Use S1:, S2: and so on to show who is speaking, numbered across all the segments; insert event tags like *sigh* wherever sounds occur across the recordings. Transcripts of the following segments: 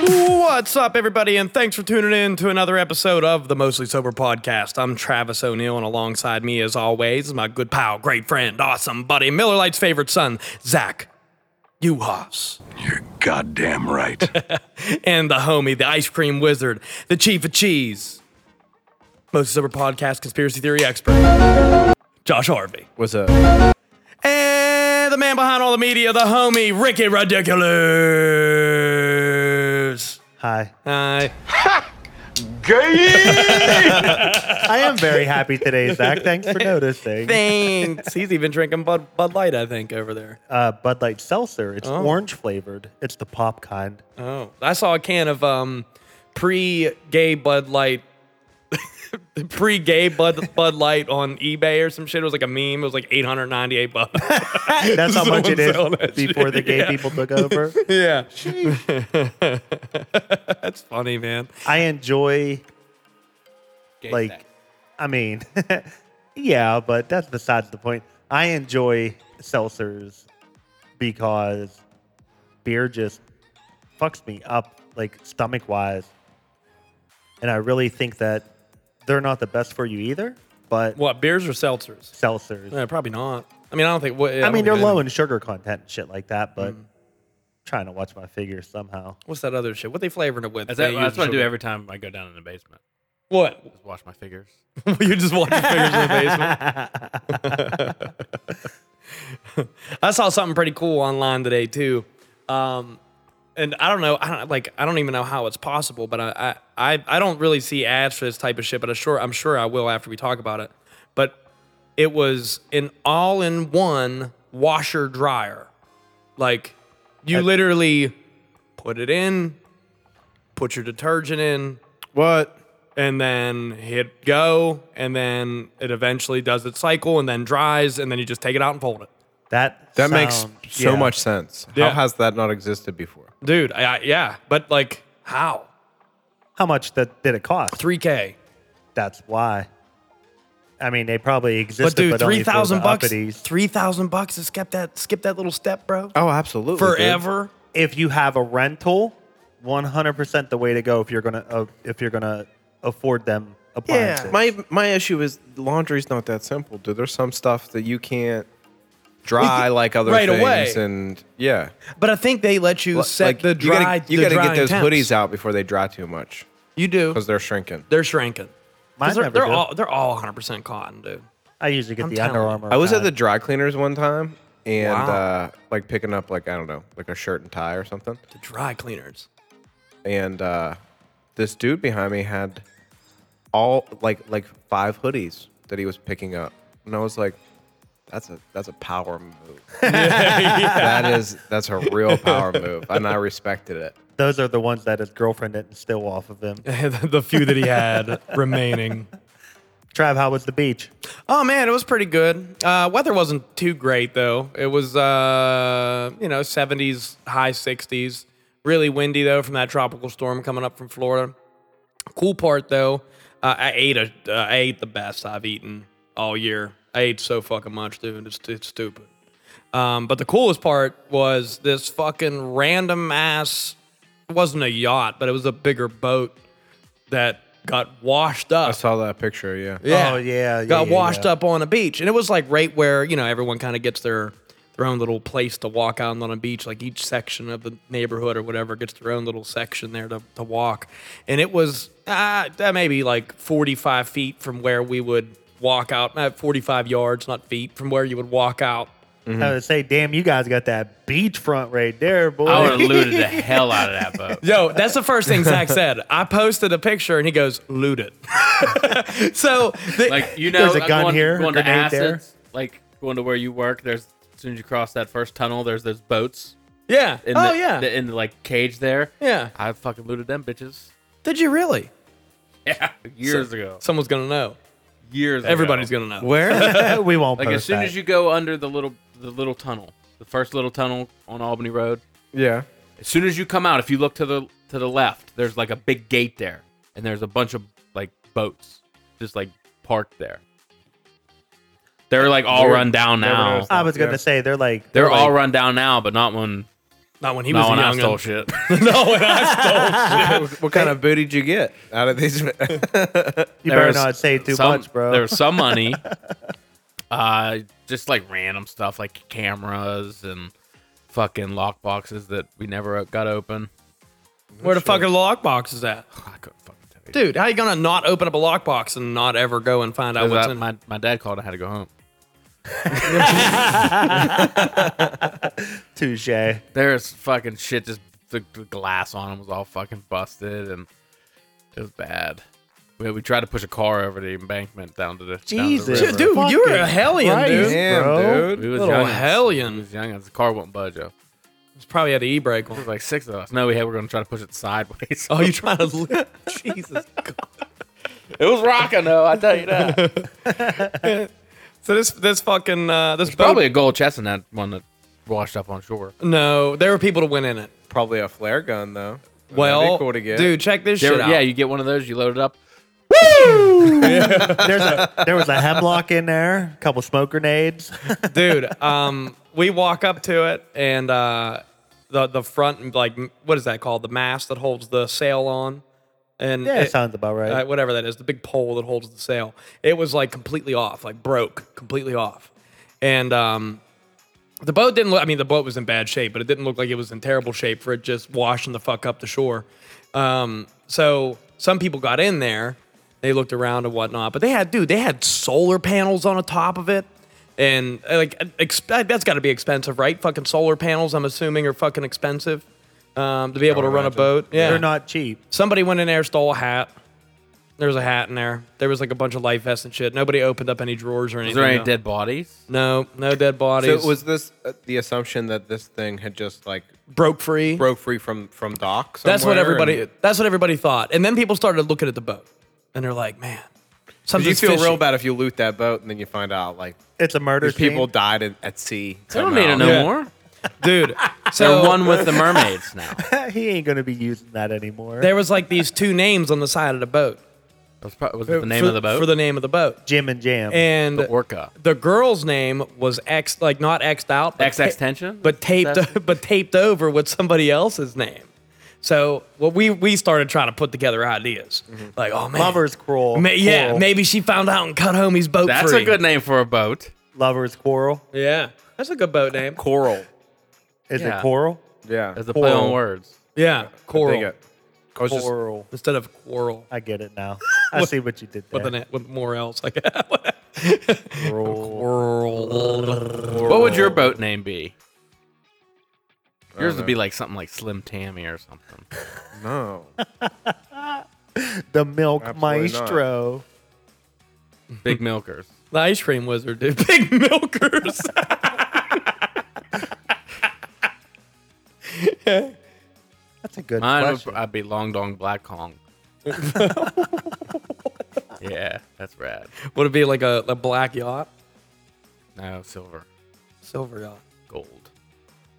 S1: What's up, everybody, and thanks for tuning in to another episode of the Mostly Sober Podcast. I'm Travis O'Neill, and alongside me, as always, is my good pal, great friend, awesome buddy, Miller Lite's favorite son, Zach Uhas.
S2: Goddamn
S1: *laughs*
S2: right.
S1: and the homie, the ice cream wizard, the chief of cheese, Mostly Sober Podcast conspiracy theory expert, Josh Harvey.
S3: What's up?
S1: And the man behind all the media, the homie, Ricky Ridiculous.
S4: Hi.
S1: Hi.
S4: I am very happy today, Zach. Thanks for noticing.
S1: Thanks. He's even drinking Bud, Bud Light, I think, over there.
S4: Uh, Bud Light Seltzer. It's orange flavored. It's the pop kind.
S1: Oh. I saw a can of um, pre gay Bud Light. *laughs* Pre gay Bud, Bud Light on eBay or some shit. It was like a meme. It was like 898 bucks.
S4: *laughs*
S1: *laughs*
S4: That's how much it
S1: selling that
S4: is before the gay people took over.
S1: yeah. *laughs* That's funny, man.
S4: I enjoy, like, I mean, *laughs* yeah, but that's besides the point. I enjoy seltzers because beer just fucks me up, like, stomach wise. And I really think that they're not the best for you either, but
S1: What, beers or seltzers?
S4: seltzers.
S1: Yeah, probably not. I mean, I don't think. What,
S4: I mean, they're
S1: low in.
S4: low in sugar content and shit like that, but trying to watch my figure somehow.
S1: What's that other shit? What they flavoring it with?
S5: That's,
S1: They
S5: that's
S1: use
S5: what I do
S1: sugar.
S5: every time I go down in the basement.
S1: What?
S5: Just wash my fingers.
S1: *laughs* you just watch your fingers in the basement. *laughs* I saw something pretty cool online today too, um, and I don't know. I don't like. I don't even know how it's possible, but I I, I, I don't really see ads for this type of shit. But I'm sure I'm sure I will after we talk about it. But it was an all-in-one washer dryer. Like you literally put it in, put your detergent in,
S3: What?
S1: and then hit go, and then it eventually does its cycle, and then dries, and then you just take it out and fold it.
S4: That
S3: That makes
S4: sound-
S3: Um, so
S4: yeah.
S3: much sense.
S1: Yeah.
S3: How has that not existed before?
S1: Dude, I, I, yeah, but like how?
S4: How much that did it cost?
S1: Three k.
S4: That's why. I mean, they probably
S1: But
S4: existed, but,
S1: dude,
S4: only
S1: three
S4: for
S1: thousand
S4: the
S1: bucks.
S4: uppities.
S1: Three thousand bucks to skip that skip that little step, bro.
S3: Oh, absolutely. dude.
S1: Forever.
S4: If you have a rental, one hundred percent the way to go. If you're gonna uh, if you're gonna afford them appliances.
S3: My my issue is laundry's not that simple, dude. There's some stuff that you can't dry like other
S1: right
S3: things,
S1: away.
S3: and yeah,
S1: But I think they let you set
S3: like
S1: the
S3: you gotta-
S1: dry.
S3: you
S1: the
S3: gotta get
S1: drying
S3: those
S1: temps.
S3: hoodies out before they dry too much
S1: You do.
S3: because they're shrinking.
S1: They're shrinking. 'Cause
S4: Mine
S1: They're,
S4: never
S1: they're
S4: did.
S1: all they're all 100 percent cotton, dude.
S4: I usually get
S1: I'm
S4: the
S1: telling
S4: Under
S1: you.
S4: Armour.
S3: I was at
S4: kind.
S3: the dry cleaners one time and
S1: Wow.
S3: uh, like picking up like I don't know like a shirt and tie or something,
S1: The dry cleaners.
S3: and uh, this dude behind me had all like like five hoodies that he was picking up, and I was like, "That's a that's a power *laughs* move. That is that's a real power move," and I respected it.
S4: Those are the ones that his girlfriend didn't steal off of him.
S1: *laughs* the few that he *laughs* had remaining.
S4: Trav, how was the beach?
S1: Oh man, it was pretty good. Uh, weather wasn't too great though. It was uh, you know 70s, high 60s. Really windy though from that tropical storm coming up from Florida. Cool part though, uh, I ate a uh, I ate the best I've eaten all year. I ate so fucking much, dude. It's it's stupid. Um, but the coolest part was this fucking random ass. It wasn't a yacht, but it was a bigger boat that got washed up.
S3: I saw that picture. Yeah,
S1: Yeah.
S4: Oh, yeah, yeah,
S1: Got
S4: yeah,
S1: washed
S4: yeah.
S1: up on a beach. And it was like right where, you know, everyone kind of gets their their own little place to walk out on a beach. Like each section of the neighborhood or whatever gets their own little section there to, to walk. And it was uh, maybe like 45 feet from where we would walk out, uh, 45 yards, not feet, from where you would walk out.
S4: I would say, damn, you guys got that beachfront right there, boy.
S5: I
S4: *laughs*
S5: would have looted
S3: *laughs*
S5: the hell out of that boat.
S1: Yo, *laughs* that's the first thing Zach said. I posted a picture and he goes, loot it. *laughs* so, the,
S5: Like you know,
S4: There's a
S5: like,
S4: gun
S5: going,
S4: here, a
S5: going to
S4: grenade there.
S5: acids, like going to where you work. There's as soon as you cross that first tunnel, there's those boats.
S1: yeah.
S5: In
S1: oh,
S5: the,
S1: yeah.
S5: the- in the like cage there.
S1: yeah.
S5: I fucking looted them bitches.
S1: Did you really?
S5: *laughs* Yeah, years ago.
S1: Someone's gonna know.
S5: Years.
S1: Everybody's
S5: ago.
S1: gonna know.
S3: Where?
S4: *laughs* we won't
S5: Like
S4: post
S5: as soon
S4: that.
S5: as you go under the little the little tunnel, the first little tunnel on Albany Road.
S3: yeah.
S5: As soon as you come out, if you look to the to the left, there's like a big gate there, and there's a bunch of like boats just like parked there. They're like all
S3: Weird.
S5: run down
S3: Never
S5: now.
S3: noticed.
S4: I was gonna
S3: Yeah.
S4: say they're like
S5: They're
S4: like,
S5: all run down now, but not when
S1: Not when he
S5: not
S1: was
S5: when I
S1: young.
S5: stole shit.
S1: no, when I stole shit.
S3: What kind of booty did you get out of these? *laughs*
S4: You better
S5: There's
S4: not say too
S5: some,
S4: much, bro.
S5: There was some money. uh, just like random stuff like cameras and fucking lock boxes that we never got open.
S1: *laughs* Where the fuck are the lockbox is at?
S5: I couldn't fucking tell you.
S1: Dude, how you gonna not open up a lockbox and not ever go and find out what's
S5: Because I-
S1: in
S5: my, my dad called. I had to go home.
S4: Touche.
S5: There's fucking shit. Just the, the glass on them was all fucking busted, and it was bad. We, we tried to push a car over the embankment down to the down to the
S4: Jesus.
S1: *laughs*
S5: river.
S1: Dude, dude, you were a
S4: Fucking
S1: hellion,
S4: Christ.
S1: dude.
S3: Damn,
S4: Bro.
S3: dude.
S5: We was
S1: Little
S5: young.
S1: hellion.
S5: We was young. The car won't budge. Yo.
S1: It's probably had an e-brake
S5: There
S1: on. *laughs*
S5: was like six of us. No, we had. We're gonna try to push it sideways.
S1: Oh, you trying to
S5: *laughs*
S1: lift? Jesus.
S5: It was rocking though, I tell you that. *laughs* It's
S1: So this this fucking uh, this boat.
S5: probably a gold chest in that one that washed up on shore.
S1: no, there were people to win in it.
S3: Probably a flare gun though. That'd be
S1: Well,
S3: cool to get.
S1: dude, check this
S5: There-
S1: shit out.
S5: yeah, you get one of those, you load it up.
S4: There's a there was a hemlock in there, a couple smoke grenades.
S1: dude. Um, we walk up to it, and uh, the the front like what is that called? The mast that holds the sail on, and
S4: yeah,
S1: it-
S4: sounds about right.
S1: uh, whatever that is, the big pole that holds the sail. It was like completely off, like broke, completely off. And um, the boat didn't look, I mean, the boat was in bad shape, but it didn't look like it was in terrible shape for it just washing the fuck up the shore. Um, so some people got in there, they looked around and whatnot, but they had, dude, they had solar panels on the top of it. And uh, like, exp- that's got to be expensive, right? Fucking solar panels, I'm assuming, are fucking expensive um, to be able to run a boat. Yeah.
S4: They're not cheap.
S1: Somebody went in there, stole a hat. There was a hat in there. There was like a bunch of life vests and shit. Nobody opened up any drawers or anything.
S5: Is there any
S1: though.
S5: dead bodies?
S1: No, no dead
S3: So
S1: bodies.
S3: was this uh, the assumption that this thing had just like
S1: broke free.
S3: broke free from from dock?
S1: that's what
S3: somewhere
S1: everybody.
S3: and-
S1: that's what everybody thought. And then people started looking at the boat, and they're like, "Man,
S3: Did
S1: something."
S3: you feel real bad if you loot that boat and then you find out like
S4: It's a murder
S3: there's people
S4: scene.
S3: died at, at sea?
S5: I don't need to
S3: somehow?
S5: know
S1: Yeah.
S5: more. *laughs*
S1: dude. So
S5: They're one with the mermaids
S4: *laughs*
S5: now.
S4: he ain't gonna be using that anymore.
S1: there was like these two names on the side of the boat.
S5: Was, pro- was it the name
S1: for,
S5: of the boat?
S1: For the name of the boat.
S4: Jim and Jam.
S1: And
S5: The orca.
S1: the girl's name was X, like not X'd out, but
S5: XX
S1: ta-
S5: tension?
S1: but taped,
S5: That's-
S1: *laughs* but taped over with somebody else's name. So well, we we started trying to put together ideas,
S5: Mm-hmm.
S1: like oh man,
S4: Lover's quarrel.
S1: Ma- yeah,
S4: quarrel.
S1: maybe she found out and cut homie's boat.
S5: That's
S1: free.
S5: a good name for a boat.
S4: lovers quarrel.
S1: Yeah, that's a good boat name.
S3: coral.
S4: Is
S5: Yeah.
S4: it quarrel?
S3: Yeah,
S5: As a play on
S4: Coral.
S5: words.
S1: Yeah,
S3: I dig
S1: coral
S3: it. I was just-
S4: Quarrel.
S1: instead of quarrel
S4: I get it now. I see what you did there.
S1: with an with more else. Like *laughs*
S4: Quarrel.
S5: What would your boat name be? Yours would be
S4: Uh,
S5: like something like Slim Tammy
S4: *laughs*
S5: or something.
S3: no.
S4: The milk
S3: Absolutely not.
S4: maestro.
S5: Big Milkers.
S1: the ice cream wizard, dude, *laughs* big milkers. *laughs*
S4: That's a good
S5: Mine
S4: question.
S5: would, I'd be Long Dong Black Kong.
S4: *laughs*
S5: yeah, that's rad.
S1: Would it be like a, a black yacht,
S5: No, silver,
S1: silver yacht,
S5: gold.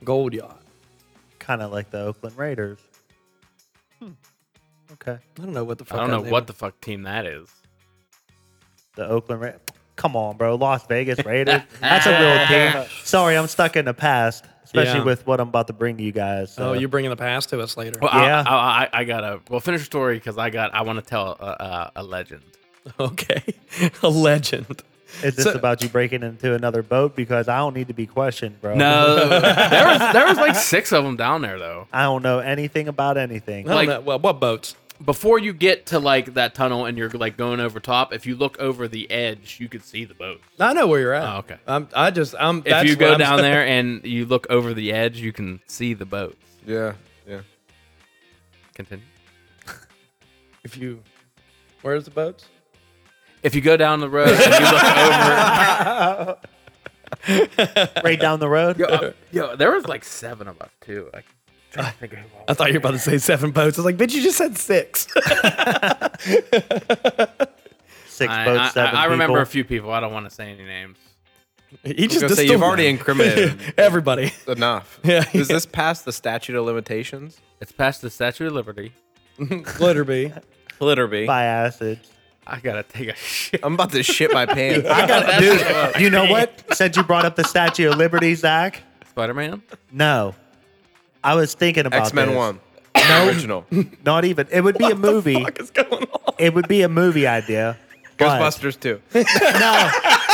S1: gold yacht?
S4: kind of like the Oakland Raiders. Hmm. Okay.
S1: I don't know what the fuck.
S5: I don't
S1: that
S5: know
S1: name
S5: what the fuck team that is.
S4: The Oakland Raiders. Come on, bro. Las
S5: *laughs*
S4: Vegas Raiders. That's a real team. Sorry, I'm stuck in the past, especially
S1: Yeah.
S4: with what I'm about to bring you guys.
S1: Oh,
S4: so-
S1: you're bringing the past to us later. *laughs*
S5: Well, I-
S4: Yeah.
S5: I, I, I, gotta. Well, finish your story because I got. I want to tell a, a, a legend.
S1: okay. a legend.
S4: is this
S1: so-
S4: about you breaking into another boat? Because I don't need to be questioned, bro.
S5: No, *laughs* there was there was like six of them down there though.
S4: I don't know anything about anything.
S1: I don't
S5: Like-
S1: know- well, what boats?
S5: Before you get to like that tunnel and you're like going over top, if you look over the edge, you could see the boat.
S1: I know where you're at.
S5: Oh, okay.
S1: I'm, I just, I'm,
S5: If you
S1: *laughs*
S5: go down there and you look over the edge, you can see the boat.
S3: *laughs* Yeah, yeah.
S5: Continue.
S1: *laughs* if you, where's the boats?
S5: If you go down the road and you look over,
S4: right down the road?
S1: *laughs*
S5: yo, there was like seven of us too. Like,
S1: I thought you were about to say seven boats. I was like, bitch, you just said six. *laughs*
S4: *laughs* Six
S5: I,
S4: boats,
S5: I- I-
S4: seven
S5: I remember a
S4: people.
S5: few people. I don't want to say any names.
S1: he
S3: I was
S1: just
S3: gonna say
S1: distilled
S3: you've already
S1: them.
S3: incriminated
S1: *laughs* everybody.
S3: *laughs* enough.
S1: Yeah,
S3: Does this pass the statute of limitations?
S5: It's past the Statue of Liberty.
S1: Glitterby.
S3: Literally.
S4: by acid.
S5: I gotta take a *laughs* shit.
S3: I'm about to shit *laughs* my pants.
S4: Dude, you know
S5: *laughs*
S4: what? Since you brought up the Statue of Liberty, Zach.
S5: Spider Man.
S4: No, I was thinking about
S3: X Men
S4: this.
S3: One. *laughs* No. Original.
S4: Not even. It would be a movie.
S1: What's going on?
S4: It would be a movie idea. but-
S3: Ghostbusters *laughs* Two.
S4: No,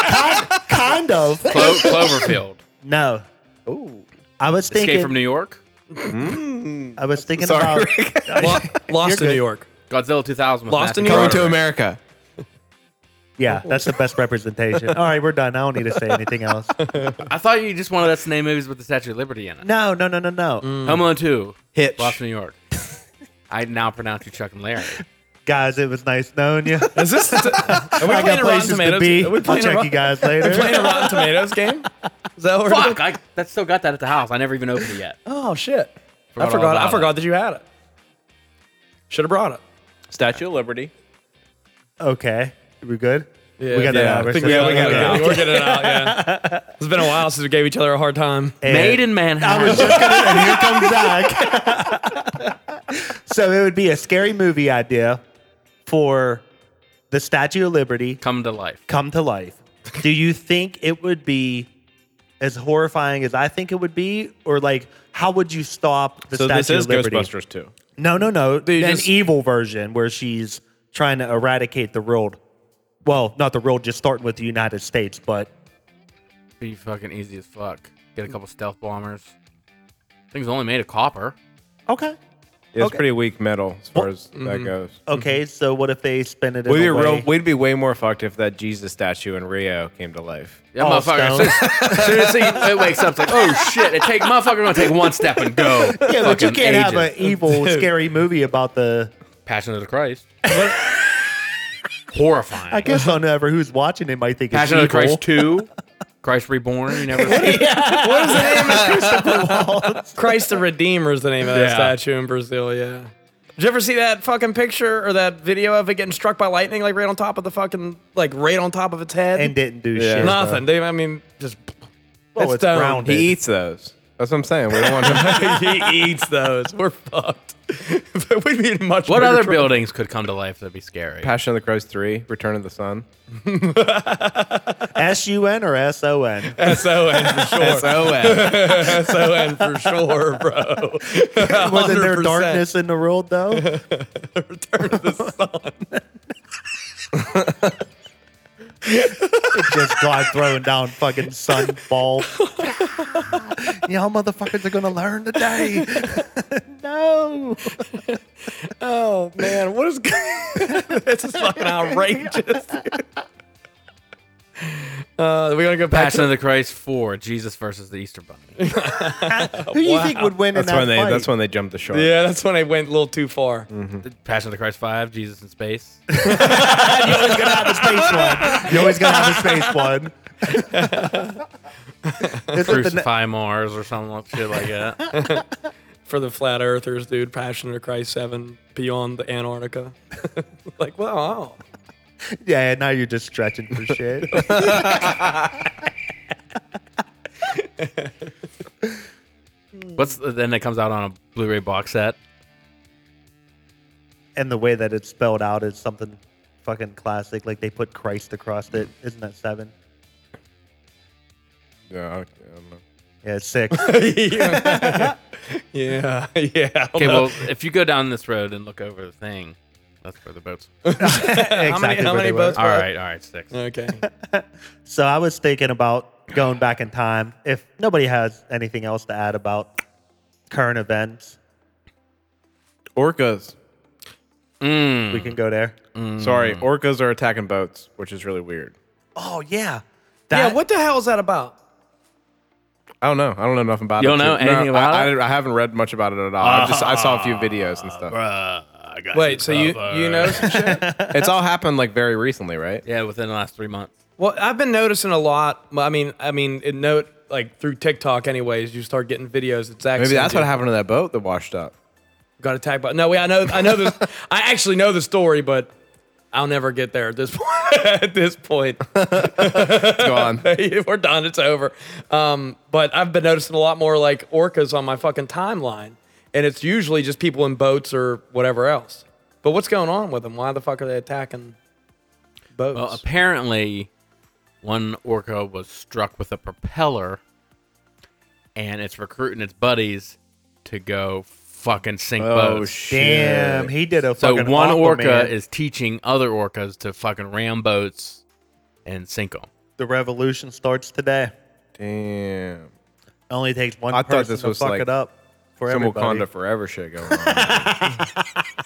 S4: kind, kind of.
S5: Clo- Cloverfield.
S4: No. Ooh. I was
S5: Escape
S4: thinking.
S5: from New York.
S4: I was thinking
S3: Sorry.
S1: *laughs*
S4: about.
S1: Lo- Lost in
S4: good.
S1: New York.
S5: Godzilla 2000. with
S1: Lost in
S5: Matthew
S1: Coming
S5: Broderick.
S3: America.
S4: Yeah, that's the
S1: *laughs*
S4: best representation. All right, we're done. I don't need to say anything else.
S5: I thought you just wanted us to name movies with the Statue of Liberty in it.
S4: No, no, no, no, no.
S1: Mm.
S5: Home Alone 2.
S3: Hitch.
S5: Lost in New York. I now pronounce you Chuck
S4: *laughs*
S5: and Larry.
S4: Guys, it was nice knowing you.
S1: Is this? Are we
S4: I
S1: playing
S4: got
S1: a Rotten
S4: places to
S1: Tomatoes? *laughs*
S4: be.
S1: Are we
S4: I'll
S1: playing a
S4: check
S1: Ro-
S4: you guys later.
S1: playing a Rotten Tomatoes game? Is that what we're doing?
S5: Fuck! I that still got that at the house. I never even opened it yet.
S1: Oh shit!
S5: Forgot
S1: I
S5: all
S1: forgot.
S5: about
S1: I
S5: it.
S1: forgot that you had it. Should have brought it.
S3: Statue of Liberty.
S4: Okay, we good?
S1: Yeah,
S4: we got
S3: yeah,
S4: that.
S3: I
S4: out.
S1: I think we, yeah, we got
S4: Okay.
S1: it. We're getting it out. Yeah, *laughs* it's been a while since we gave each other a hard time.
S4: And-
S5: Made in
S4: I
S5: Manhattan.
S4: was just gonna, and here comes Zach. *laughs* so it would be a scary movie idea for the Statue of Liberty
S5: Come to life.
S4: come to life. Do you think it would be as horrifying as I think it would be, or like how would you stop the
S3: So
S4: Statue
S3: this is
S4: of Liberty?
S3: Ghostbusters Two.
S4: No, no, no.
S1: you
S4: an
S1: just-
S4: evil version where she's trying to eradicate the world. Well, not the world, just starting with the United States, but
S5: Be fucking easy as fuck. Get a couple stealth bombers. Thing's only made of copper.
S4: okay.
S3: It's
S4: Okay.
S3: pretty weak metal as far as that goes.
S4: Okay, so what if they spin it? In
S3: We'd be
S4: a way-
S3: real, we'd be way more fucked if that Jesus statue in Rio came to life.
S5: Yeah,
S4: All
S5: motherfucker.
S4: stone.
S5: As soon as he it wakes up, it's like, oh shit! It take motherfucker gonna take one step and go.
S4: Yeah, *laughs* but you
S5: Fucking
S4: can't have an
S5: ages.
S4: evil, scary movie about the.
S5: Passion of the Christ.
S4: *laughs*
S5: Horrifying.
S4: I guess I'll never who's watching it might think it's
S5: Passion of
S4: evil.
S5: the Christ two. Christ Reborn.
S4: *laughs*
S5: You never. see it.
S1: What is the name of Christ? Christ the Redeemer is the name of that
S5: Yeah.
S1: statue in Brazil. Yeah. Did you ever see that fucking picture or that video of it getting struck by lightning, like right on top of the fucking, like right on top of its head?
S4: and didn't do
S3: Yeah.
S4: shit.
S1: Nothing. They, I mean, just *laughs*
S4: Well,
S1: It's
S4: it's
S1: done.
S4: rounded.
S3: He eats those. That's what I'm saying. We don't want him. *laughs*
S1: he eats those. We're fucked. *laughs* but we'd be in much.
S5: What
S1: bigger *laughs*
S5: other
S1: trouble.
S5: buildings could come to life that'd be scary?
S3: Passion of the Christ Three, Return of the Sun.
S4: S U N or S O N.
S1: SON for sure.
S3: So
S1: SON eh, for sure, bro.
S4: Wasn't there
S1: 100%.
S4: darkness in the world though?
S1: Return of the sun.
S4: Just God throwing down fucking sunball. *laughs* Y'all motherfuckers are gonna learn today. no.
S1: Oh man, what is *laughs* this is fucking outrageous. dude. Uh, we gonna go back
S5: Passion
S1: to
S5: of the Christ four. Jesus versus the
S1: *laughs*
S5: Easter Bunny.
S4: Who do you think would win
S3: that's
S4: in that
S3: when they.
S4: fight?
S3: That's when they jumped the shark.
S1: yeah, that's when I went a little too far.
S5: Passion of the Christ five. Jesus
S1: *laughs*
S5: in space.
S4: you always gotta have a space one. You always gotta have a space one. Isn't the,
S5: Crucify Mars or something like shit
S1: *laughs*
S5: like that.
S1: For the flat earthers, dude, Passion of the Christ Seven, Beyond the Antarctica. *laughs* like, wow.
S4: Yeah, now you're just stretching for shit.
S5: What's the, then that comes out on a Blu-ray box set?
S4: and the way that it's spelled out is something fucking classic. Like they put Christ across it. Isn't that seven?
S3: Yeah, I, I don't know.
S4: Yeah, it's six.
S1: yeah, yeah. I don't
S5: Okay,
S1: know.
S5: well, if you go down this road and look over the thing, that's where the boats. All
S4: exactly
S1: how
S4: where
S1: many
S4: they were.
S1: boats?
S5: right, all right, six.
S1: Okay.
S4: So I was thinking about going back in time. If nobody has anything else to add about current events,
S3: Orcas.
S4: we can go there.
S3: Sorry, orcas are attacking boats, which is really weird.
S4: Oh yeah,
S1: yeah,
S4: that,
S1: what the hell is that about?
S3: I don't know. I don't know nothing about
S5: You
S3: it.
S5: don't know
S3: too. No,
S5: anything about
S3: I,
S5: it?
S3: I, I haven't read much about it at all. I just I saw a few videos and stuff.
S1: Wait, so you you know some shit?
S3: It's all happened like very recently, right?
S5: Yeah, within the last three months.
S1: Well, I've been noticing a lot. I mean, I mean, it note like through TikTok, anyways, you start getting videos that Zach.
S3: Maybe
S1: sends
S3: that's what
S1: you.
S3: happened to that boat that washed up.
S1: Got attacked by. No, wait, I know, I know *laughs* this. I actually know the story, but I'll never get there at this *laughs* point. at this point,
S3: It's gone.
S1: *laughs* we're done. It's over. Um, but I've been noticing a lot more like orcas on my fucking timeline, and it's usually just people in boats or whatever else. But what's going on with them? Why the fuck are they attacking boats?
S5: Well, apparently, one orca was struck with a propeller, and it's recruiting its buddies to go fucking sink
S1: Oh,
S3: Oh,
S5: boats.
S4: Damn, he did a
S5: So
S4: fucking
S5: one orca
S4: Aquaman,
S5: is teaching other orcas to fucking ram boats and sink them.
S4: the revolution starts today.
S3: Damn.
S4: Only takes one
S3: I thought
S4: person
S3: this
S4: to
S3: was
S4: fuck
S3: like
S4: it up for
S3: Some
S4: everybody.
S3: Wakanda Forever shit going on.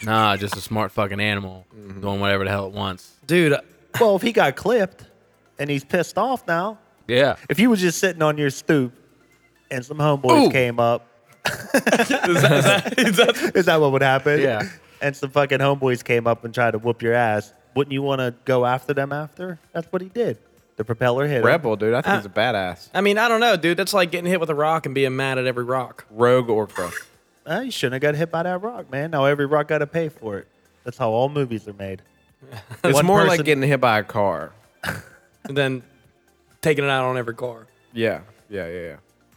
S5: Nah, just a smart fucking animal doing whatever the hell it wants.
S1: Dude, uh,
S4: well, if he got clipped and he's pissed off now,
S5: Yeah.
S4: if you was just sitting on your stoop and some homeboys
S5: Ooh.
S4: came up, *laughs* is, that, what would happen?
S5: Yeah.
S4: And some fucking homeboys came up and tried to whoop your ass. Wouldn't you want to go after them after? That's what he did. The propeller hit him.
S3: Rebel, dude. I think he's a badass.
S1: I mean, I don't know, dude. That's like getting hit with a rock and being mad at every rock.
S3: Rogue Orca.
S4: Uh, you shouldn't have got hit by that rock, man. Now every rock got to pay for it. That's how all movies are made.
S3: It's
S4: One
S3: more
S4: person-
S3: like getting hit by a car.
S1: and then taking it out on every car.
S3: Yeah. Yeah. Yeah.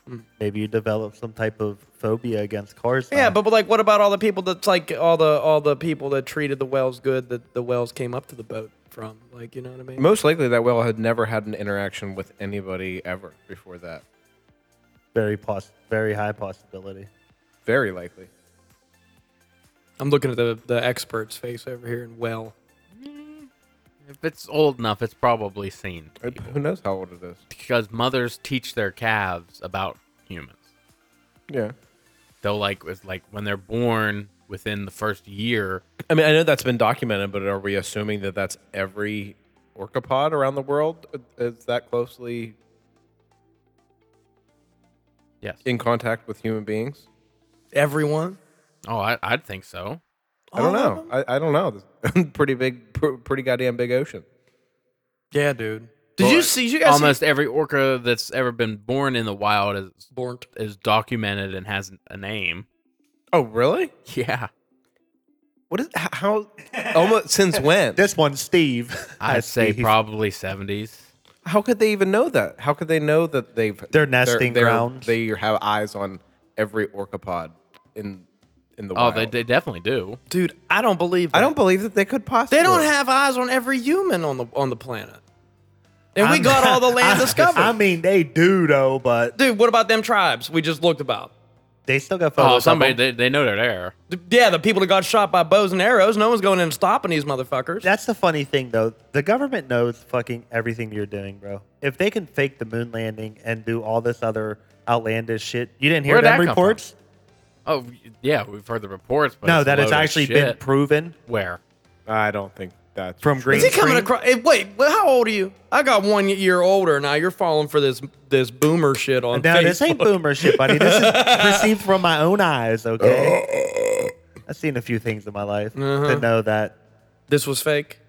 S3: Yeah.
S4: Maybe you develop some type of phobia against cars. now.
S1: Yeah, but, but like, what about all the people that's like all the all the people that treated the whales good that the whales came up to the boat from? Like, you know what I mean?
S3: Most likely, that whale had never had an interaction with anybody ever before that.
S4: very poss- very high possibility.
S3: Very likely.
S1: I'm looking at the the expert's face over here and well,
S5: If it's old enough, it's probably seen.
S3: It- who knows how old it is?
S5: Because mothers teach their calves about humans.
S3: Yeah.
S5: They'll like, it's like when they're born within the first year,
S3: I mean, I know that's been documented, but are we assuming that that's every orcapod around the world uh, is that closely
S5: Yes.
S3: in contact with human beings?
S1: everyone.
S5: Oh, I, I'd think so.
S3: I don't know. I, I don't know. *laughs* pretty big, pr- pretty goddamn big ocean.
S1: Yeah, dude. Did you see? You guys
S5: Almost every orca that's ever been born in the wild is
S1: see Bornt?
S5: is documented and has a name.
S3: Oh, really?
S5: Yeah,
S3: What is h- how? Almost since when?
S4: This one, Steve. *laughs* Hi,
S5: I'd say
S4: Steve.
S5: probably seventies.
S3: How could they even know that? How could they know that they've
S4: Their nesting grounds.
S3: They have eyes on every orcapod in in the
S5: Oh,
S3: wild.
S5: they, they definitely do.
S1: Dude, I don't believe. That.
S3: I don't believe that they could possibly.
S1: They don't have eyes on every human on the on the planet, and we got all the land discovered.
S4: *laughs* I mean, they do though, but
S1: dude, what about them tribes we just looked about?
S4: they still got photos.
S5: Oh,
S4: of
S5: somebody
S4: them.
S5: they, they know they're there.
S1: Yeah, the people that got shot by bows and arrows. No one's going in and stopping these motherfuckers.
S4: That's the funny thing though. The government knows fucking everything you're doing, bro. If they can fake the moon landing and do all this other outlandish shit, you didn't hear
S5: Where'd
S4: them
S5: that come from?
S4: reports.
S5: Oh yeah, we've heard the reports. But
S4: No,
S5: it's
S4: that
S5: a
S4: has
S5: load of
S4: actually been
S5: shit.
S4: proven
S5: where
S3: I don't think that's
S4: from
S3: true.
S4: green.
S1: Is he coming
S4: screen.
S1: across? Hey, wait, well, how old are you? I got one year older now. You're falling for this this boomer shit on
S4: No,
S1: Facebook.
S4: this ain't boomer shit, buddy. This is
S5: *laughs*
S4: received from my own eyes. Okay, I've seen a few things in my life
S5: Uh-huh.
S4: to know that.
S1: This was fake.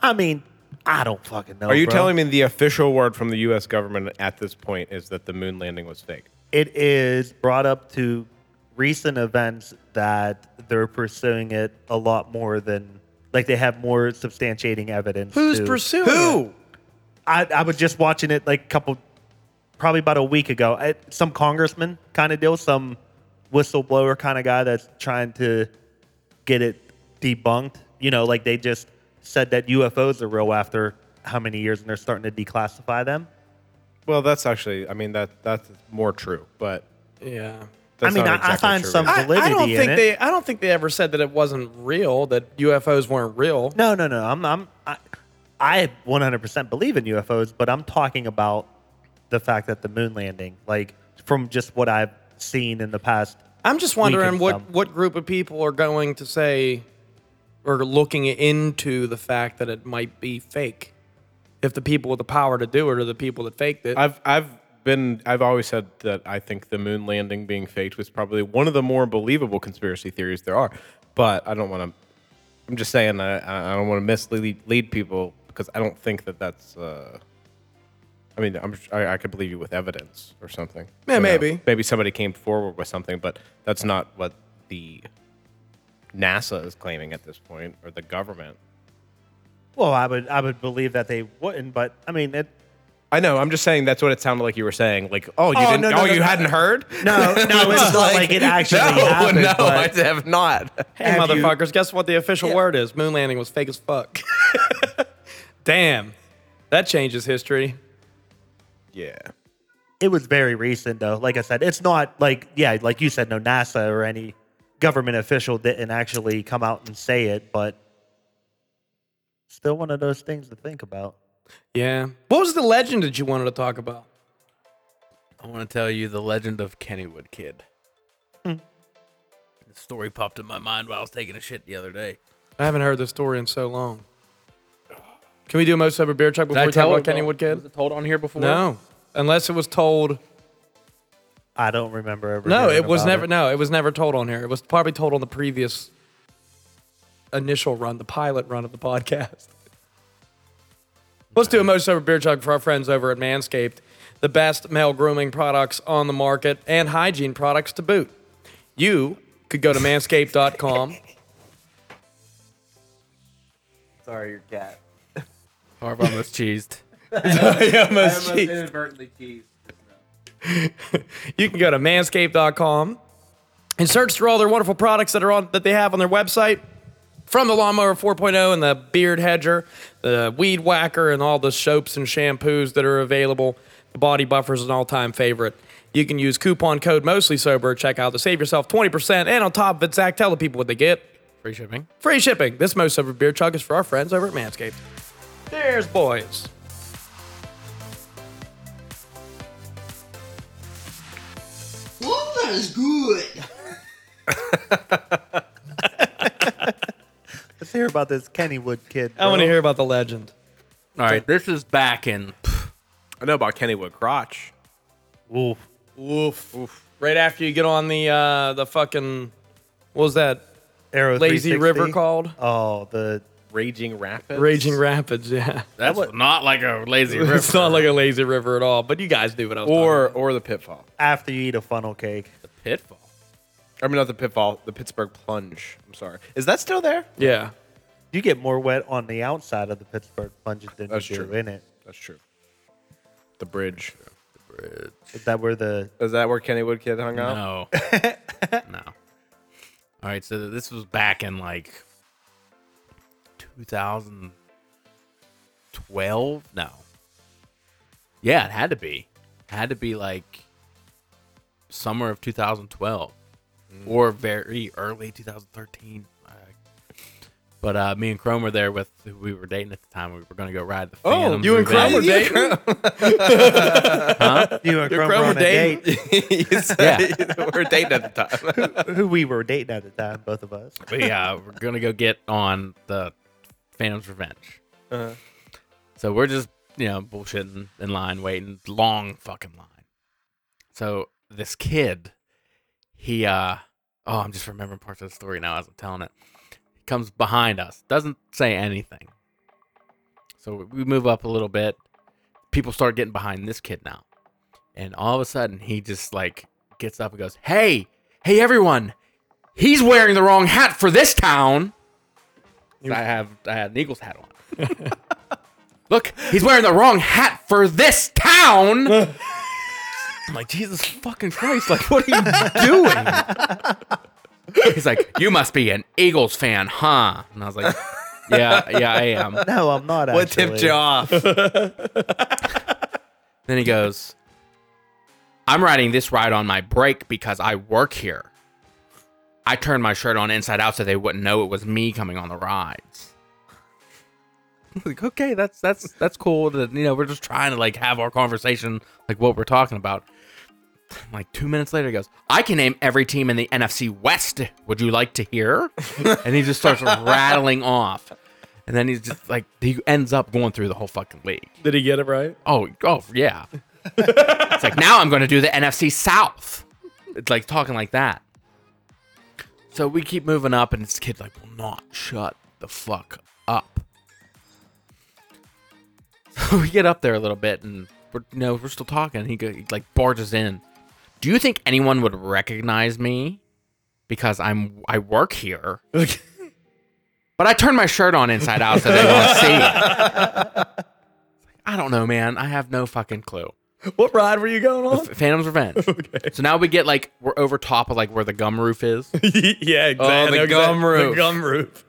S4: I mean, I don't fucking know.
S3: Are you
S4: bro.
S3: telling me the official word from the U.S. government at this point is that the moon landing was fake?
S4: it is brought up to recent events that they're pursuing it a lot more than like they have more substantiating evidence.
S1: Who's
S4: to-
S1: pursuing? it?
S4: I, I was just watching it like a couple, probably about a week ago. I, some congressman kind of deal, some whistleblower kind of guy that's trying to get it debunked. You know, like they just said that UFOs are real after how many years, and they're starting to declassify them.
S3: Well, that's actually. I mean, that that's more true, but
S1: Yeah.
S4: I
S3: that's
S4: mean,
S3: not
S4: I- I
S3: exactly
S4: find
S3: true
S4: some-
S3: either.
S1: I, I don't
S4: Validity in
S1: think
S4: it.
S1: they. I don't think they ever said that it wasn't real. That UFOs weren't real.
S4: No, no, no. I'm, I'm, I, I 100% believe in UFOs, but I'm talking about the fact that the moon landing, like from just what I've seen in the past.
S1: I'm just wondering
S4: can
S1: what
S4: some.
S1: what group of people are going to say or looking into the fact that it might be fake. If the people with the power to do it are the people that faked it.
S3: I've I've been I've always said that I think the moon landing being faked was probably one of the more believable conspiracy theories there are, but I don't want to. I'm just saying I I I don't want to mislead lead people because I don't think that that's uh, I mean, I'm, I, I could believe you with evidence or something.
S1: Yeah,
S3: You know,
S1: maybe.
S3: Maybe somebody came forward with something, but that's not what the NASA is claiming at this point, or the government.
S4: Well, I would I would believe that they wouldn't, but I mean it.
S3: I know. I'm just saying that's what it sounded like you were saying. Like, oh, you
S4: Oh,
S3: didn't.
S4: no, no,
S3: oh,
S4: no,
S3: you
S4: no.
S3: hadn't heard? *laughs*
S4: No, no, it's not like, it actually
S3: no,
S4: happened.
S3: no, I
S4: but
S3: have not.
S1: Hey,
S4: Have you-
S1: motherfuckers, guess what the official word is? Moon landing was fake as fuck. *laughs* Damn. That changes history.
S3: Yeah.
S4: it was very recent though. Like I said, it's not like yeah, like you said, no NASA or any government official didn't actually come out and say it, but still one of those things to think about.
S1: Yeah. What was the legend that you wanted to talk about?
S5: I want to tell you the legend of Kennywood Kid. The story popped in my mind while I was taking a shit the other day.
S1: I haven't heard this story in so long. Can we do a most sober beer check before we talk about Kennywood
S5: Was
S1: Kid?
S5: it told on here before?
S1: No. Unless it was told.
S4: I don't remember ever.
S1: No,
S4: hearing
S1: it was
S4: about
S1: never. No, it was never told on here. It was probably told on the previous initial run, the pilot run of the podcast. Let's do a most sober beer chug for our friends over at Manscaped, the best male grooming products on the market and hygiene products to boot. You could go to manscaped.com.
S3: Sorry, your cat.
S5: Harv almost cheesed.
S1: you can go to manscaped.com and search through all their wonderful products that are on that they have on their website from the lawnmower 4.0 and the beard hedger the weed whacker and all the soaps and shampoos that are available the body buffer is an all-time favorite you can use coupon code mostly sober at checkout to save yourself 20% and on top of it zach tell the people what they get
S5: Free shipping.
S1: free shipping this most sober beer chug is for our friends over at manscaped there's boys
S6: Oh, that is good.
S4: it. Let's hear about this Kennywood kid.
S1: i want to
S4: bro.
S1: hear about the legend
S5: All right, this is back in.
S3: I know about Kennywood Crotch.
S4: Ooh,
S1: Oof. Right after you get on the uh the fucking what was that
S4: Arrow
S1: lazy
S4: 360.
S1: river called?
S4: Oh, the
S3: Raging Rapids.
S1: Raging Rapids, yeah.
S5: That's not like a lazy
S1: *laughs*
S5: river.
S1: It's not like a lazy river at all, but you guys do what I was
S3: Or or the Pitfall.
S4: after you eat a funnel cake.
S5: pitfall.
S3: I mean, not the Pitfall. The Pittsburgh Plunge. I'm sorry. Is that still there?
S1: talking about. Yeah.
S4: You get more wet on the outside of the Pittsburgh plunge than
S3: That's
S4: you do
S3: true.
S4: in it.
S3: That's true. The bridge.
S4: Is that where
S3: *laughs*
S4: the
S3: Is that where Kennywood Kid hung out?
S5: No.
S1: *laughs*
S5: no. All right, so this was back in like 2012. No. Yeah, it had to be. It had to be like summer of 2012
S1: Mm.
S5: or very early 2013. Uh, But uh, me and Chrome were there with who we were dating at the time. We were going to go ride the
S3: Oh,
S5: Phantom
S1: Oh, you
S5: through
S1: and Chrome were
S5: Vegas.
S1: *laughs* dating?
S4: you and Chrome
S3: Bro,
S4: were on a date?
S3: You said- we're dating at the time.
S4: Who we were dating at the time, both of us.
S5: but yeah, we're gonna go get on the Phantom's Revenge.
S3: Uh-huh.
S5: So we're just you know bullshitting in line, waiting long fucking line. So this kid, he uh oh, I'm just remembering parts of the story now as I'm telling it. He comes behind us, doesn't say anything. So we move up a little bit. People start getting behind this kid now, and all of a sudden he just like gets up and goes, "Hey, hey everyone, he's wearing the wrong hat for this town. I have I had an Eagles hat on. *laughs* Look, he's wearing the wrong hat for this *laughs* town. I'm like, Jesus fucking Christ, like what are you doing? He's like, You must be an Eagles fan, huh? And I was like, Yeah, yeah, I am.
S4: No, I'm not.
S3: What tipped
S4: actually.
S3: you off?
S5: *laughs* Then he goes, I'm riding this ride on my break because I work here. I turned my shirt on inside out so they wouldn't know it was me coming on the rides. *laughs* like, okay, that's that's that's cool. That you know, we're just trying to like have our conversation, like what we're talking about. *sighs* Like two minutes later, he goes, I can name every team in the NFC West. Would you like to hear? and he just starts rattling off. And then he's just like, he ends up going through the whole fucking league.
S1: Did he get it right?
S5: Oh, oh yeah. it's like now I'm going to do the NFC South. It's like talking like that. So we keep moving up, and this kid like will not shut the *laughs* fuck up. So we get up there a little bit, and we're, you know, we're still talking. He, go- he like barges in. Do you think anyone would recognize me because I'm I work here? but I turned my shirt on inside out so they won't see. It's like, I don't know, man. I have no fucking clue.
S1: What ride were you going on?
S5: F-
S1: *laughs*
S5: Phantom's Revenge. So now we get like we're over top of like where the gum roof is.
S1: yeah, exactly.
S5: Oh, the
S1: No, exact-
S5: gum
S1: The
S5: roof.
S1: gum roof.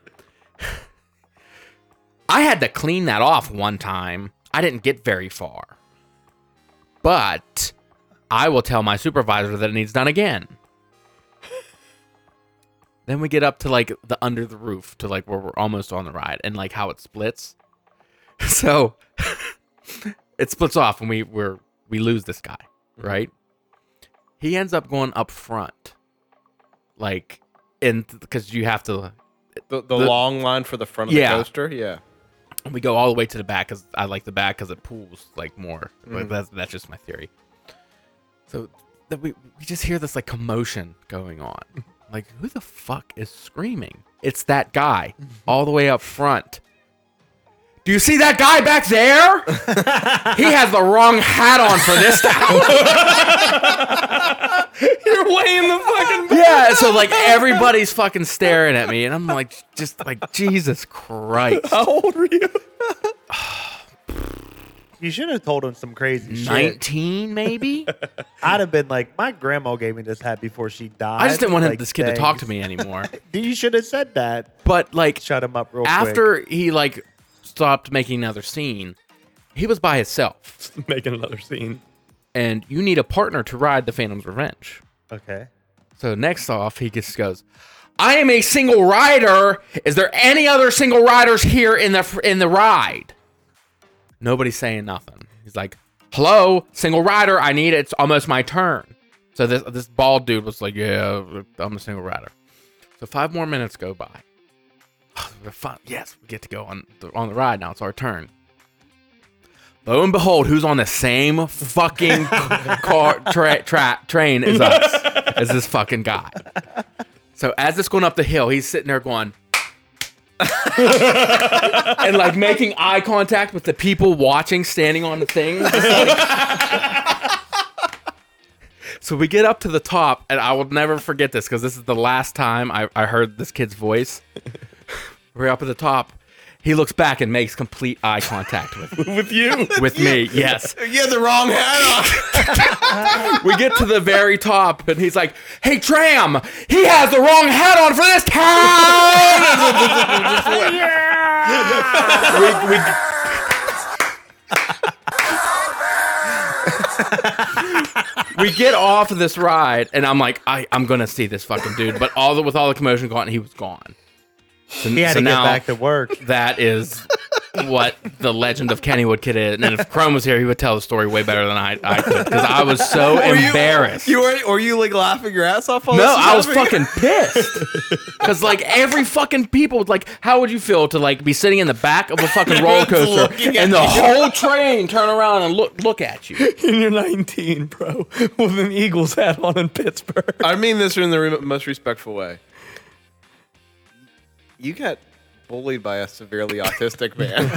S1: *laughs*
S5: I had to clean that off one time. I didn't get very far. But I will tell my supervisor that it needs done again. *laughs* then we get up to like the under the roof to like where we're almost on the ride and like how it splits. *laughs* So *laughs* it splits off and we we're we lose this guy,
S3: Mm-hmm.
S5: right? He ends up going up front. Like and because you have to
S3: The, the, long line for the front of
S5: Yeah.
S3: the coaster. Yeah.
S5: we go all the way to the back because I like the back because it pools like more.
S1: Mm-hmm.
S5: Like that's that's just my theory. So that we we just hear this like commotion going on.
S1: Mm-hmm.
S5: Like who the fuck is screaming? It's that guy
S1: Mm-hmm.
S5: all the way up front. Do you see that guy back there?
S1: *laughs*
S5: he has the wrong hat on for this time.
S1: *laughs* You're way in the fucking.
S5: *laughs* yeah, so
S1: *laughs*
S5: like everybody's fucking staring at me and I'm like just like Jesus Christ.
S1: How old were you?
S4: You should have told him some crazy shit. *laughs*
S5: 19 maybe?
S4: I'd have been like, my grandma gave me this hat before she died.
S5: I just didn't want him,
S4: Like,
S5: this kid to talk to
S4: thanks. *laughs*
S5: me anymore.
S4: You should have said that.
S5: But like
S4: Shut him up real quick.
S5: after he like stopped making another scene, he was by himself,
S1: Making another scene.
S5: and you need a partner to ride the Phantom's Revenge.
S4: Okay.
S5: So next off, he just goes, "I am a single rider. Is there any other single riders here in the in the ride?" Nobody's saying nothing. He's like, "Hello, single rider. I need it. It's almost my turn." So this this bald dude was like, "Yeah, I'm a single rider." So five more minutes go by. *sighs* We're fine. Yes, we get to go on the, on the ride now. It's our turn. Lo and behold, who's on the same fucking c- car tra- tra- train as us? As this fucking guy. So as it's going up the hill, he's sitting there going, *laughs* and like making eye contact with the people watching, standing on the thing. *laughs* so we get up to the top, and I will never forget this because this is the last time I, I heard this kid's voice. We're up at the top. He looks back and makes complete eye contact
S4: *laughs*
S5: with
S1: With you.
S5: with me. Yes.
S3: *laughs* You had the wrong hat
S5: *laughs* We get to the very top, and he's like, "Hey, Tram, he has the wrong hat on for this town." *laughs* We- *laughs* we- we get off of this ride, and I'm like, I, I'm gonna see this fucking dude. But all the with all the commotion gone, he was gone. So,
S4: He had
S5: so
S4: to
S5: now
S4: get back to
S5: *laughs*
S4: work.
S5: that is what the legend of Kennywood Kid is. And if Chrome was here, he would tell the story way better than I, I could because I was so embarrassed.
S3: You were, were you like laughing your ass off? All
S5: no,
S3: this
S5: I was
S3: happening?
S5: fucking pissed because like every fucking people would, like, how would you feel to like be sitting in the back of a fucking roller coaster
S3: looking at
S5: and the whole train turn around and look look at you?
S3: *laughs*
S1: And you're 19, bro. With an Eagles hat on in Pittsburgh.
S3: I mean this in the re- most respectful way. You got bullied by a severely *laughs* autistic man.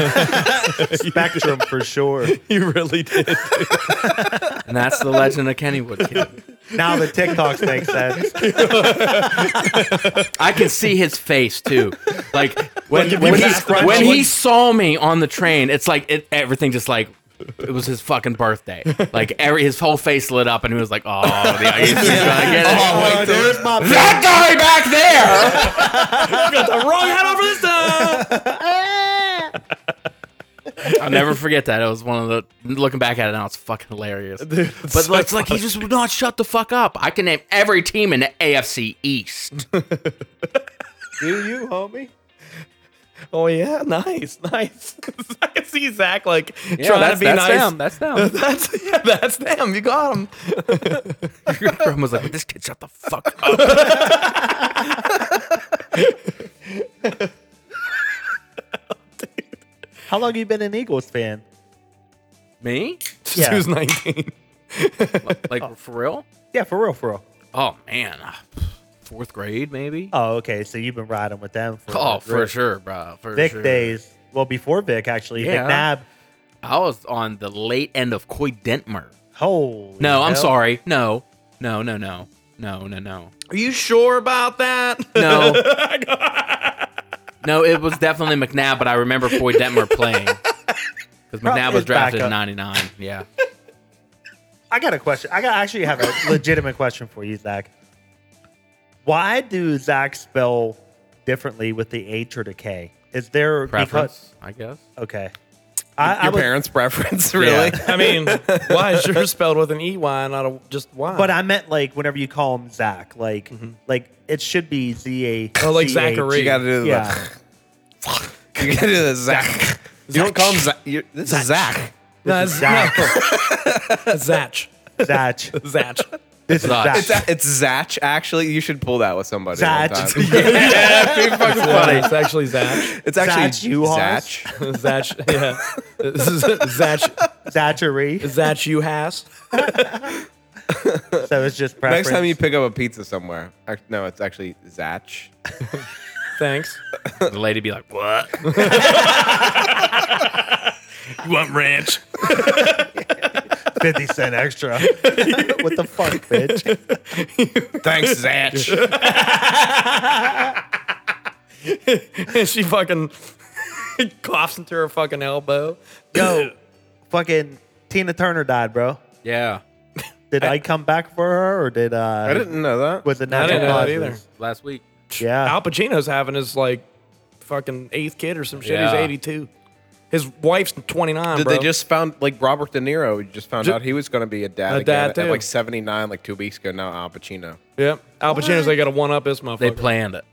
S4: Spectrum for sure.
S1: You really did.
S5: And that's the legend of Kennywood Kid.
S4: Now the TikToks make
S5: *laughs*
S4: sense.
S5: I can see his face too. Like when,
S4: Like,
S5: when,
S4: if
S5: he,
S4: you scrunch
S5: when he
S4: it-
S5: saw me on the train, it's like it, everything just like it was his fucking birthday. Like every his whole face lit up, and he was like, "Oh, the ice is gonna get it."
S4: Oh, there's my
S5: that guy back there.
S1: Wrong hat over this time.
S5: I'll never forget that. It was one of the looking back at it now. It's fucking hilarious. but like, it's like he just would not shut the fuck up. I can name every team in the AFC East.
S4: Do you, homie?
S1: Oh, yeah. Nice. *laughs* Nice. I can see Zach like trying to be nice.
S5: That's them.
S1: *laughs* That's, yeah, that's them. You got *laughs* them.
S5: Grandma was like, "This kid, shut the fuck up."
S4: How long you been an Eagles fan?
S5: *laughs* Me?
S1: She was 19.
S5: Like for real?
S4: Yeah, for real, for real.
S5: Oh man, Uh, fourth grade maybe.
S4: Oh, okay. So you've been riding with them for
S5: Oh,
S4: Vic
S5: for sure, bro. For
S4: Vic
S5: sure.
S4: days. Well, before Vic, actually,
S5: Yeah.
S4: McNabb
S5: I was on the late end of Coy Dentmer.
S4: Holy.
S5: No, I'm
S4: hell.
S5: sorry. No, no, no, no, no, no, no.
S1: Are you sure about that?
S5: No. *laughs* no, it was definitely McNabb, but I remember Coy Detmer playing. Because McNabb was
S4: his
S5: drafted in
S4: backup.
S5: 99. Yeah.
S4: I got a question. I got, actually have a legitimate question for you, Zach. Why do Zach spell differently with the H or the K? Is there
S5: Preference, I guess.
S4: Because, okay. I, I
S3: Your
S4: was-
S3: parents' preference, really?
S1: I mean, *laughs* why is yours spelled with an E Y and not a, just Y?
S4: But
S1: *laughs*
S4: I meant like whenever you call him Zach, like like it should be Z A.
S1: Oh, like
S4: C H.
S1: Zachary.
S3: You gotta do the.
S4: Yeah.
S3: You gotta do the Zach. You don't call him Zach. you this is Zach.
S1: no, it's,
S4: Zach.
S1: no. Zach. *laughs*
S4: Zach.
S1: Zach.
S4: This is
S5: Zach.
S4: Zach.
S3: It's, it's Zach. Actually, you should pull that with somebody.
S4: Zach.
S3: Zach. *laughs*
S1: Funny. It's actually Zach.
S3: It's actually
S4: Zach you horse.
S3: Zach.
S1: Zach. Yeah. This is Zach.
S4: Zachary.
S1: Zach. You has.
S4: So it's just preference.
S3: Next time you pick up a pizza somewhere, ac- no, it's actually *laughs* Zach.
S1: Thanks.
S5: The lady be like, what? you want ranch?
S4: 50 cent extra. *laughs* what the fuck, bitch?
S3: Thanks, Zach.
S1: And *laughs* she fucking coughs into her fucking elbow.
S4: Yo, fucking Tina Turner died, bro.
S5: Yeah.
S4: Did I, come back for her or did uh,
S3: *laughs* I didn't know that.
S4: was it natural
S1: didn't know that
S4: causes?
S5: Last week.
S4: Yeah.
S1: Al Pacino's having his like fucking eighth kid or some shit. He's
S5: Yeah.
S1: 82. His wife's 29.
S3: Did
S1: bro.
S3: they just found like Robert De Niro? We just found
S1: Ju-
S3: out he was going to be a dad,
S1: A
S3: again
S1: dad,
S3: at
S1: too.
S3: like 79, like two weeks ago. Now Al Pacino.
S1: Yep. Al Pacino's they got to one up this motherfucker.
S5: They planned it.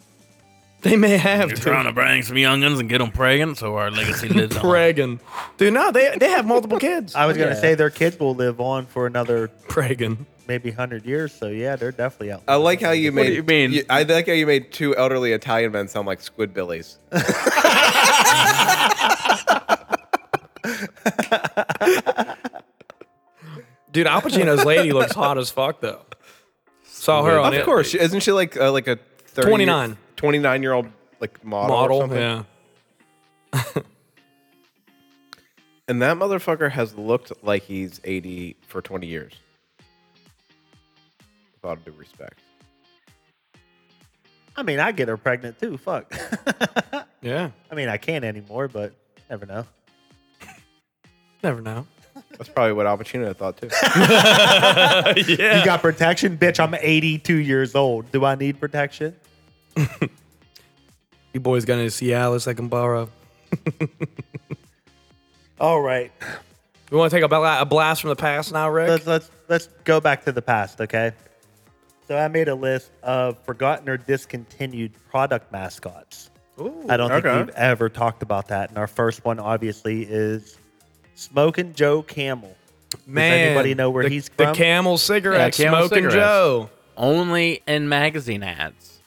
S1: They may have to. *laughs*
S5: to bring some youngins and get them pregnant so our legacy *laughs* lives
S1: Pregging. Dude, no, they they have multiple
S4: *laughs*
S1: kids.
S4: I was going to say their kids will live on for another
S1: Pregging.
S4: maybe 100 years. So yeah, they're definitely out.
S3: I like how you made.
S5: do you mean?
S3: I like how you made two elderly Italian men sound like squidbillies.
S1: Dude, Al Pacino's lady looks hot as fuck though. Saw her on
S3: Of
S1: it.
S3: course, isn't she like uh, like a 30
S1: 29.
S3: twenty nine year old like model, or
S1: model.
S3: something?
S1: Yeah.
S3: And that motherfucker has looked like he's eighty for twenty years. With all due respect,
S4: I mean, I get her pregnant too. Fuck. *laughs*
S1: Yeah.
S4: I mean, I can't anymore, but never know.
S1: Never know.
S3: that's probably what Al Pacino thought too.
S4: You got protection? Bitch, I'm 82 years old. Do I need protection?
S1: You boys got any Cialis I can borrow?
S4: All right.
S1: We want to take a, bla- a blast from the past now, Rick.
S4: Let's let's let's go back to the past, okay? So I made a list of forgotten or discontinued product mascots. I don't
S3: okay.
S4: think we've ever talked about that. And our first one obviously is Smoking Joe Camel. anybody know where
S1: the,
S4: he's
S1: the
S4: from?
S1: Camel cigarette,
S5: Yeah, Camel
S1: smoking
S5: cigarettes.
S1: Joe.
S5: Only in magazine ads.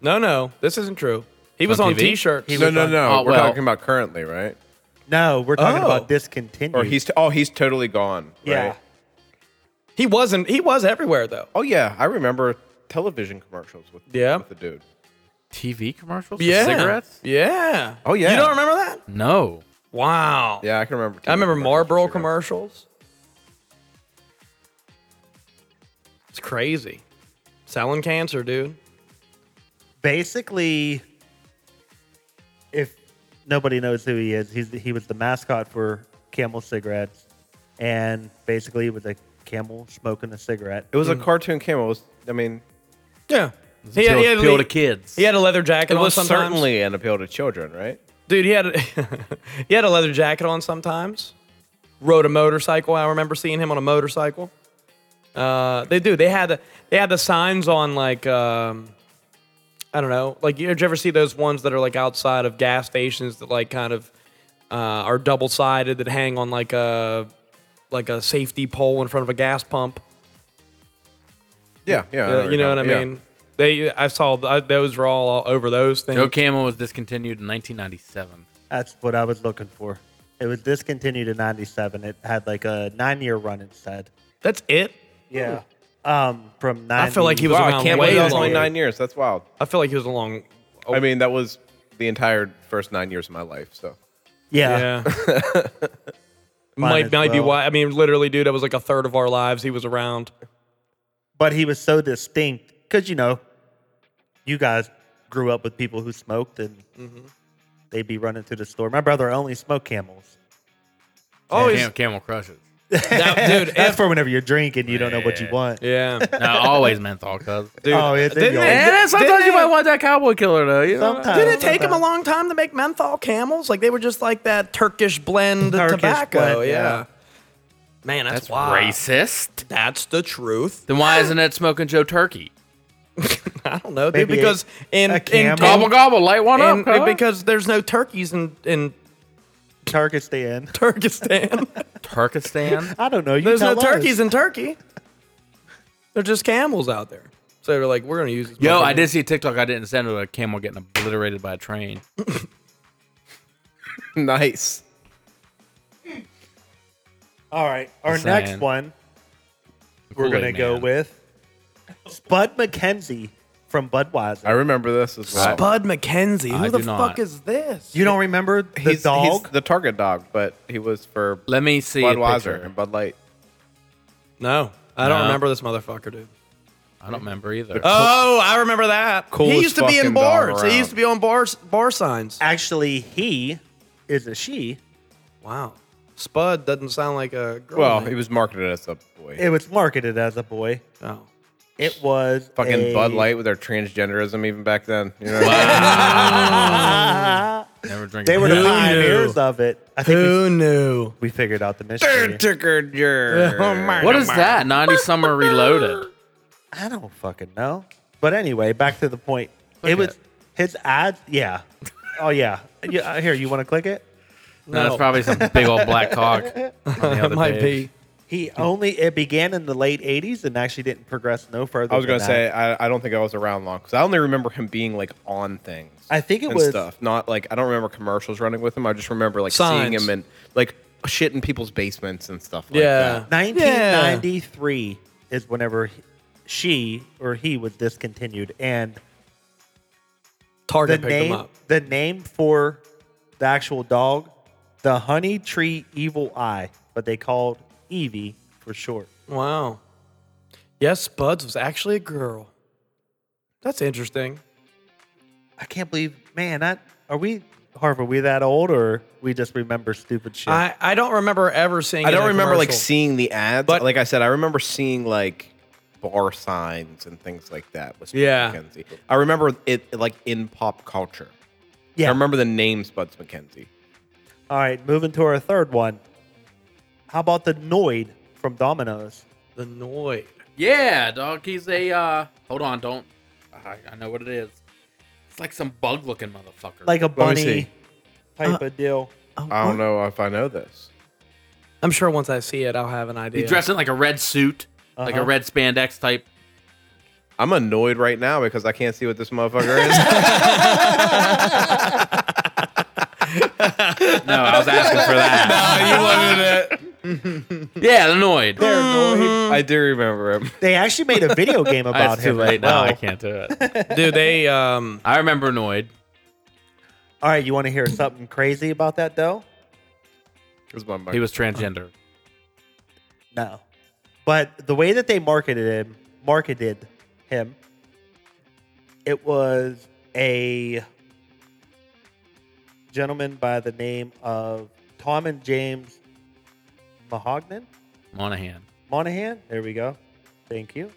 S1: No, no, this isn't true. He was
S5: On
S1: on,
S5: TV?
S1: T-shirts.
S3: *laughs* no, no, no.
S5: oh,
S3: We're
S5: well.
S3: talking about currently, right?
S4: No, we're talking
S1: Oh.
S4: about discontinued.
S3: Or he's t- oh he's totally gone.
S4: yeah.
S3: Right?
S1: He wasn't. He was everywhere though.
S3: Oh yeah, I remember television commercials with,
S1: Yeah.
S3: with the dude.
S5: TV commercials? for
S1: Yeah.
S5: Cigarettes?
S1: Yeah.
S3: Oh, yeah.
S1: You don't remember that?
S5: No.
S1: Wow.
S3: Yeah, I can remember.
S1: I remember
S3: television
S1: Marlboro
S3: commercials for cigarettes.
S1: commercials. It's crazy. Selling cancer, dude.
S4: Basically, if nobody knows who he is, he's he was the mascot for Camel cigarettes, and basically it was a camel smoking a cigarette.
S3: It was a cartoon camel. It was, I mean,
S1: Yeah. He
S5: Appeal,
S1: had, he, had a
S5: appeal
S1: le-
S5: to kids.
S1: he had a leather jacket
S3: it
S1: on
S3: was
S1: sometimes.
S3: certainly an appeal to children, right?
S1: Dude, he had a, *laughs* he had a leather jacket on sometimes. Rode a motorcycle. I remember seeing him on a motorcycle. Uh, they do. They had they had the signs on like um, I don't know. Like, you, did you ever see those ones that are like outside of gas stations that like kind of uh, are double sided that hang on like a like a safety pole in front of a gas pump?
S3: Yeah, yeah. I
S1: Uh, you know what I
S3: remember, yeah.
S1: mean? They I saw th- those were all over those things.
S5: Joe Camel was discontinued in 1997.
S4: That's what I was looking for. It was discontinued in '97. It had like a nine-year run instead.
S1: That's it.
S4: Yeah. Um, from nine.
S1: I feel like he was
S3: Wow,
S1: around
S3: I can't
S1: way
S3: believe that was
S1: longer.
S3: only nine years. That's wild.
S1: I feel like he was along.
S3: I mean, that was the entire first nine years of my life. So
S4: *laughs* Yeah.
S1: Yeah. might
S4: as
S1: might be
S4: well.
S1: why. I mean, literally, dude, that was like a third of our lives. He was around.
S4: but he was so distinct because you know you guys grew up with people who smoked and
S1: Mm-hmm.
S4: they'd be running to the store my brother only smoked camels
S1: Oh, he's-
S5: Cam- camel crushes.
S4: *laughs*
S1: that- dude.
S4: that's
S1: if-
S4: for whenever you're drinking you don't know what you
S5: Yeah.
S1: *laughs*
S4: want
S1: yeah,
S5: No, always menthol, cuz.
S1: dude.
S4: oh yeah
S1: Didn't
S4: they
S1: they-
S4: always-
S5: And then sometimes
S1: Didn't
S5: you
S1: it-
S5: might want that cowboy killer though. You know?
S4: Sometimes.
S1: Did it take him a
S4: sometimes.
S1: long time to make menthol camels? Like they were just like that Turkish blend
S4: Turkish
S1: tobacco.
S4: blend,
S1: yeah.
S4: yeah.
S1: Man, that's,
S5: That's
S1: wild.
S5: racist.
S1: That's the truth. *laughs*
S5: Then why isn't it smoking Joe Turkey?
S1: I don't know, dude.
S4: Maybe a-
S1: Because in
S4: a
S1: in-
S4: camel.
S1: in-
S5: Gobble gobble, light one
S1: in-
S5: up. cuz.
S1: because there's no turkeys in in *laughs*
S4: Turkestan. *laughs*
S1: Turkestan.
S5: Turkestan.
S4: i don't know you
S1: there's no
S4: tell us.
S1: turkeys in Turkey. They're just camels out there. So they're like, we're gonna use. This
S5: Yo,
S1: motherfucker.
S5: I did see a TikTok I didn't send of a camel getting obliterated by a train.
S3: *laughs* nice.
S4: all right our
S5: Just
S4: next
S5: saying.
S4: one we're
S5: Kool-Aid
S4: gonna go
S5: man.
S4: with spud mckenzie from budweiser
S3: I remember this as well.
S1: Bud McKenzie. Who
S5: I
S1: the
S5: do
S1: fuck
S5: not.
S1: is this?
S4: you don't remember the
S3: He's,
S4: dog
S3: he's the target dog, but he was for
S5: Let me see. a picture.
S3: Budweiser and Bud Light.
S1: No, I don't
S5: No.
S1: remember this motherfucker, dude.
S5: I don't remember either.
S1: Oh, I remember that. he
S3: Coolest
S1: used to be in
S3: fucking dog
S1: bars. He
S3: around.
S1: used to be on bars, bar signs.
S4: actually he is a she
S1: Wow. Spud doesn't sound like a girl.
S3: Well,
S1: name.
S3: he was marketed as a boy.
S4: it was marketed as a boy
S1: Oh.
S4: it was
S3: Fucking
S4: a-
S3: Bud Light with their transgenderism even back then. You know?
S5: Never drink.
S4: They were *laughs* the
S1: Who
S4: pioneers
S1: knew?
S4: of it. I think we,
S1: Who *laughs* knew?
S4: we figured out the mystery.
S1: Oh,
S5: What is that? 90 Summer Reloaded.
S4: I don't fucking know. But anyway, back to the point. it was
S5: it.
S4: his ad. Yeah. Oh yeah. yeah. uh, Here, you want to click it?
S5: *laughs* No, that's probably some big old black cock. *laughs* on the
S1: That
S5: other
S1: might be.
S5: page.
S4: He only it began in the late '80s and actually didn't progress no further.
S3: I was
S4: than
S3: gonna say
S4: that.
S3: I, I don't think I was around long because I only remember him being like on things.
S4: I think it
S3: and
S4: was-
S3: stuff. Not like I don't remember commercials running with him. I just remember like seeing
S1: Signs.
S3: him in like shit in people's basements and stuff. Like
S1: Yeah.
S4: 1993 is whenever he- she or he was discontinued, and the
S1: Target picked him
S4: name
S1: up.
S4: the name for the actual dog, the Honey Tree Evil Eye, but they called Evie for short.
S1: Wow. Yes, Spuds was actually a girl. That's interesting.
S4: I can't believe, man. That are we, Harv? Are we that old, or we just remember stupid shit?
S1: I, I don't remember ever seeing
S3: That. I
S1: it in
S3: don't
S1: a
S3: remember like
S1: commercial.
S3: seeing the ads,
S1: But-
S3: but like I said, I remember seeing like bar signs and things like that. With Spud
S1: Yeah.
S3: McKenzie. I remember it like in pop culture.
S4: yeah.
S3: I remember the name Spuds McKenzie.
S4: All right, moving to our third one. How about the Noid from Domino's?
S1: the Noid.
S5: Yeah, dog. He's a. Uh, hold on, don't. I, I know what it is. It's like some bug looking motherfucker.
S4: Like a
S3: Let me
S4: bunny
S3: see.
S4: type of deal.
S3: I don't know if I know this.
S1: I'm sure once I see it, I'll have an
S5: he's
S1: idea.
S5: dressed in like a red suit, like a
S4: Uh-huh.
S5: red spandex type.
S3: I'm annoyed right now because I can't see what this motherfucker
S4: *laughs*
S3: is.
S5: No, *laughs* I was asking for that. *laughs* yeah, annoyed.
S4: They're annoyed.
S3: I do remember him.
S4: They actually made a video
S3: *laughs*
S4: game about
S5: It's too
S4: him. as
S5: late. No,
S4: well.
S5: I can't do it.
S1: Dude, they um
S5: I remember annoyed.
S4: All right, you want to hear something crazy about that though?
S3: It was my mic.
S5: He
S3: *laughs*
S5: was transgender.
S4: No. But the way that they marketed him, marketed him, it was a gentleman by the name of Tom and James Mahognan
S5: Monahan.
S4: Monahan. There we go. Thank you.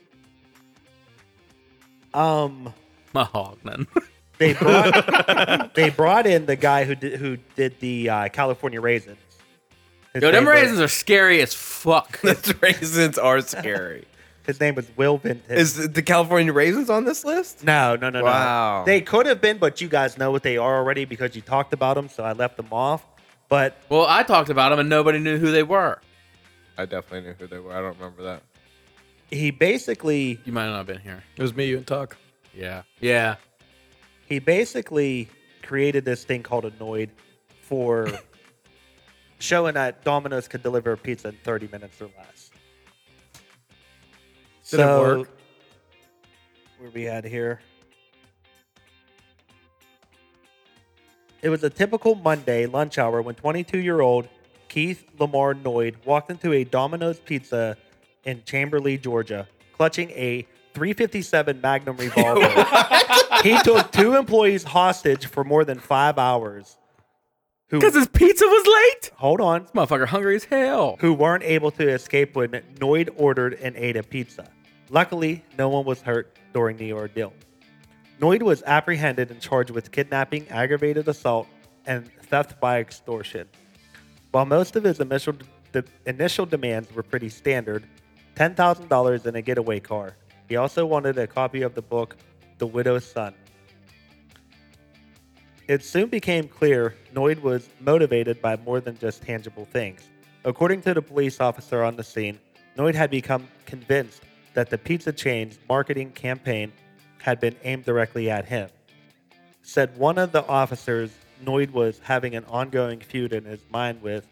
S4: Um,
S5: Mahognan. *laughs*
S4: they brought they brought in the guy who did who did the uh, California raisins. His
S5: Yo, them
S4: name was-
S5: raisins are scary as *laughs* fuck.
S3: Those raisins are scary.
S4: His name was Will Vinton.
S3: Is the California raisins on this list?
S4: No, no, no,
S3: Wow.
S4: no. They could have been, but you guys know what they are already because you talked about them, so I left them off. But
S5: well, I talked about them and nobody knew who they were.
S3: I definitely knew who they were. I don't remember that.
S4: he basically
S5: You might not have been here.
S1: it was me, you and Tuck.
S5: Yeah. Yeah.
S4: he basically created this thing called Annoyed for *laughs* showing that Domino's could deliver a pizza in 30 minutes or less.
S1: Did it work?
S4: Where we at here? It was a typical Monday lunch hour when 22 year old Keith Lamar Noyd walked into a Domino's Pizza in Chamberlain, Georgia, clutching a 357 Magnum revolver. he took two employees hostage for more than five hours. Who
S5: Because his pizza was late.
S4: hold on?
S5: Motherfucker, hungry as hell.
S4: Who weren't able to escape when Noyd ordered and ate a pizza. Luckily, no one was hurt during the ordeal. Noyd was apprehended and charged with kidnapping, aggravated assault, and theft by extortion. While most of his initial, the initial demands were pretty standard $10,000 and a getaway car, he also wanted a copy of the book The Widow's Son. It soon became clear Noyd was motivated by more than just tangible things. According to the police officer on the scene, Noyd had become convinced that the pizza chain's marketing campaign had been aimed directly at him said one of the officers Noyd was having an ongoing feud in his mind with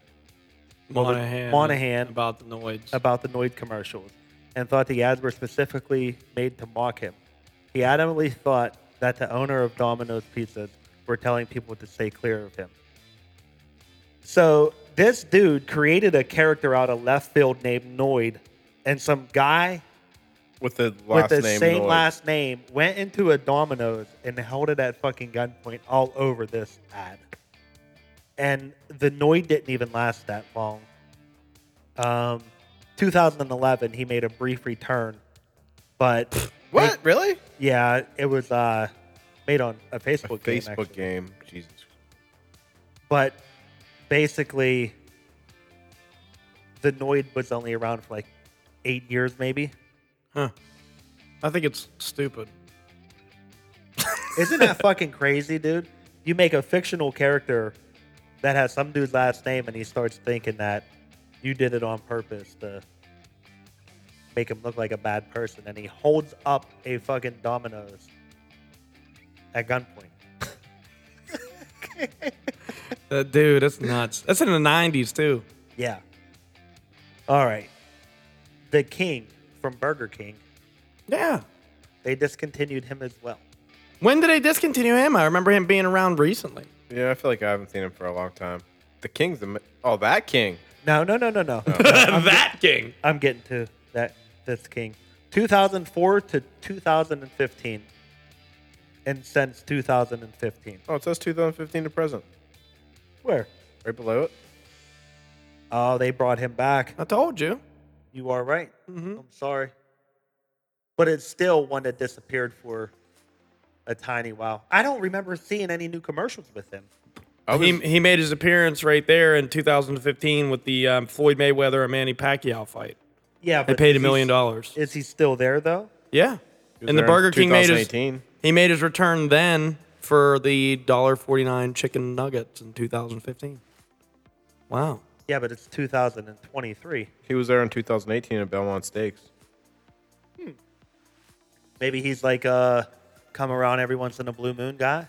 S4: Well, with
S1: Monahan,
S4: Monahan
S1: about the noids.
S4: about the Noid commercials and thought the ads were specifically made to mock him. He adamantly thought that the owner of Domino's Pizzas were telling people to stay clear of him. So this dude created a character out of left field named Noid, and some guy
S3: with the last
S4: with the
S3: name.
S4: same
S3: Noid.
S4: last name went into a Domino's and held it at fucking gunpoint all over this ad. And the Noid didn't even last that long. Um, 2011, he made a brief return, but
S3: *laughs* What? Really?
S4: yeah, it was uh, made on a
S3: A
S4: Facebook game.
S3: Facebook
S4: actually.
S3: game. Jesus.
S4: But basically, the Noid was only around for like eight years, maybe.
S1: I think it's stupid.
S4: Isn't that fucking crazy, dude? You make a fictional character that has some dude's last name, and he starts thinking that you did it on purpose to make him look like a bad person, and he holds up a fucking Domino's at gunpoint.
S1: Uh, dude, that's nuts. That's in the 90s, too.
S4: Yeah. All right. The King from Burger King,
S1: Yeah.
S4: they discontinued him as well.
S1: When did they discontinue him? I remember him being around recently.
S3: Yeah, I feel like I haven't seen him for a long time. The king's the. mi- Oh, that king.
S4: No, no, no,
S1: *laughs*
S4: no, no.
S1: that king.
S4: I'm getting to that. That's king. 2004 to 2015, and since 2015.
S3: Oh, it says 2015 to present.
S4: Where?
S3: Right below it.
S4: Oh, they brought him back.
S1: I told you.
S4: You are right.
S1: Mm-hmm.
S4: I'm sorry, but it's still one that disappeared for a tiny while. I don't remember seeing any new commercials with him.
S3: I was,
S1: He, he made his appearance right there in 2015 with the um, Floyd Mayweather and Manny Pacquiao fight.
S4: Yeah,
S1: They
S4: but
S1: paid a
S4: is he-
S1: million dollars.
S4: Is he still there though?
S1: Yeah. And
S3: was
S1: the
S3: there in
S1: Burger King made his
S3: 2018.
S1: he made his return then for the $1.49 chicken nuggets in 2015. Wow.
S4: Yeah, but it's 2023.
S3: He was there in 2018 at Belmont Steaks.
S4: Maybe he's like a come around every once in a blue moon guy.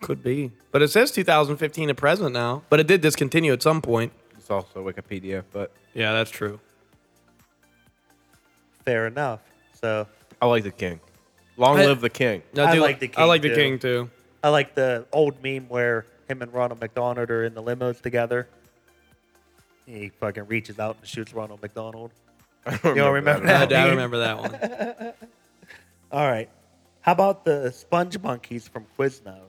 S1: Could be. But it says 2015 to present now, but it did discontinue at some point.
S3: It's also Wikipedia, but
S1: Yeah, that's true.
S4: Fair enough. So
S3: I like the king. Long
S1: I-
S3: live the king.
S1: I,
S4: I
S1: do
S4: like the
S1: I like
S4: King,
S1: the
S4: too.
S1: king too.
S4: I like the old meme where him and Ronald McDonald are in the limos together. He fucking reaches out and shoots Ronald McDonald.
S3: I don't
S4: You don't remember that?
S1: I,
S4: *laughs*
S1: do- I
S4: dude.
S1: remember that one.
S4: All right. How about the sponge monkeys from Quiznos?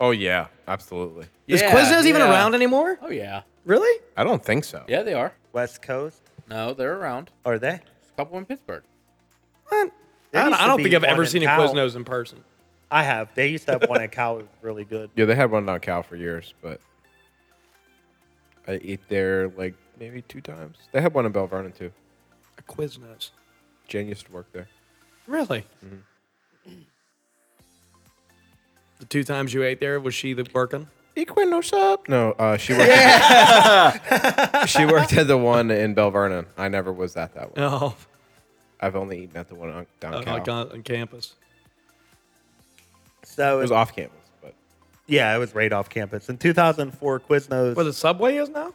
S3: Oh yeah, absolutely.
S1: Is
S5: Yeah,
S1: Quiznos even
S5: yeah.
S1: around anymore?
S5: Oh yeah.
S1: Really?
S3: I don't think so.
S5: Yeah, they are.
S4: West Coast?
S5: No, they're around.
S4: Are they?
S5: There's a couple in Pittsburgh.
S1: What?
S4: There
S1: I don't,
S4: used
S1: I
S4: to
S1: don't
S4: be
S1: think I've
S4: one
S1: ever
S4: in
S1: seen a
S4: Cal.
S1: Quiznos in person.
S4: I have. They used to have one at Cal. It was really good.
S3: Yeah, they had one down Cal for years, but I ate there like maybe two times. They had one in Bell Vernon too.
S1: A Quiznos.
S3: Jen used to work there.
S1: Really?
S4: Mm-hmm.
S1: The two times you ate there, was she the working?
S3: Equinos up? No, uh, she worked. *laughs* she worked at the one in Bell Vernon. I never was at that one.
S1: *laughs* Oh,
S3: I've only eaten at the one on, down
S1: uh,
S3: Cal.
S1: like on, on campus.
S4: So
S3: It was off campus, but
S4: yeah, it was right off campus. In 2004, Quiznos
S1: Where the subway is now?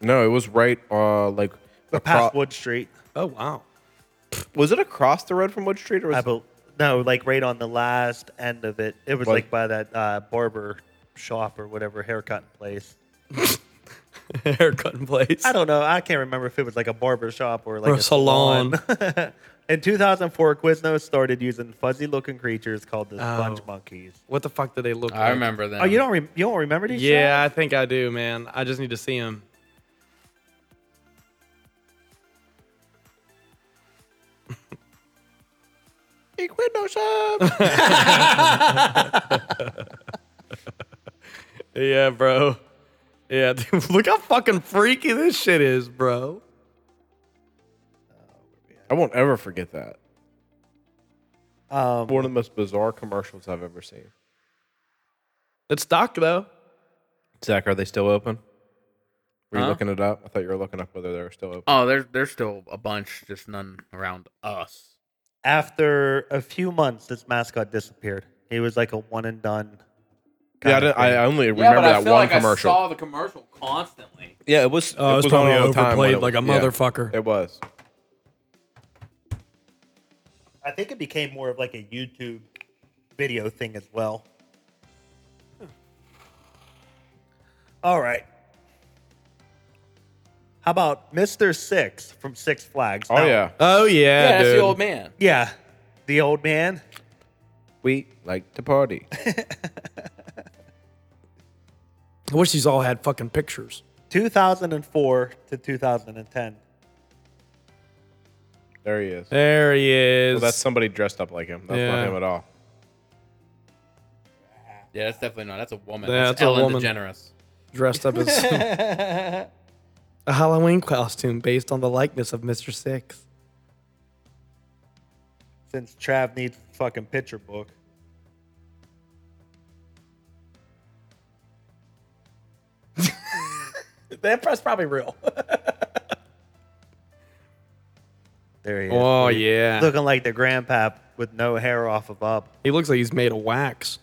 S3: no, it was right uh like acro-
S4: past Wood Street.
S1: Oh wow. *laughs*
S3: Was it across the road from Wood Street or was
S4: I bel no, like right on the last end of it. It was
S3: Was-
S4: like by that uh, barber shop or whatever haircut place.
S1: haircut place.
S4: I don't know. I can't remember if it was like a barber shop or like
S1: Or a
S4: a salon. *laughs* In 2004, Quiznos started using fuzzy-looking creatures called the sponge monkeys.
S1: What the fuck do they look like?
S5: I remember that.
S4: Oh, you don't re- you don't remember these?
S1: Yeah, I think I do, man. I just need to see him.
S4: *laughs*
S1: yeah, bro. Yeah, *laughs* dude, look how fucking freaky this shit is, bro.
S3: I won't ever forget that.
S4: shows? Um,
S3: One of the most bizarre commercials I've ever seen.
S1: It's Doc though.
S3: Zach, are they still open? Were you
S5: Huh?
S3: looking it up? I thought you were looking up whether they were still open.
S5: Oh, there's there's still a bunch, just none around us.
S4: after a few months, this mascot disappeared. He was like a one and done.
S3: yeah, I,
S4: kinda
S3: didn't- I
S4: thing.
S3: only remember that one commercial.
S5: I saw the commercial constantly.
S3: yeah, it was.
S1: Oh,
S3: it
S1: it's
S3: was on
S1: probably
S3: all the time when
S1: overplayed like
S3: it-
S1: a
S3: yeah,
S1: motherfucker.
S3: It was.
S4: I think it became more of like a YouTube video thing as well. All right. How about Mr. Six from Six Flags?
S3: Oh
S4: Now-
S3: yeah.
S1: Oh yeah,
S5: Yeah, that's
S1: dude.
S5: the old man.
S4: Yeah. The old man.
S3: We like to party.
S1: I wish these all had fucking pictures.
S4: 2004 to 2010.
S3: There he is.
S1: There he is.
S3: Well, that's somebody dressed up like him. That's
S1: Yeah.
S3: not him at all.
S5: Yeah, that's definitely not. That's a woman.
S1: Yeah,
S5: that's
S1: that's a
S5: Ellen
S1: woman.
S5: DeGeneres.
S1: dressed up as *laughs* a Halloween costume based on the likeness of Mr. Six.
S4: Since Trav needs fucking picture
S5: *laughs*
S4: book.
S1: That's probably real.
S4: *laughs* There he is.
S1: Oh yeah,
S4: Looking like the grandpap with no hair off of up.
S1: he looks like he's made of wax.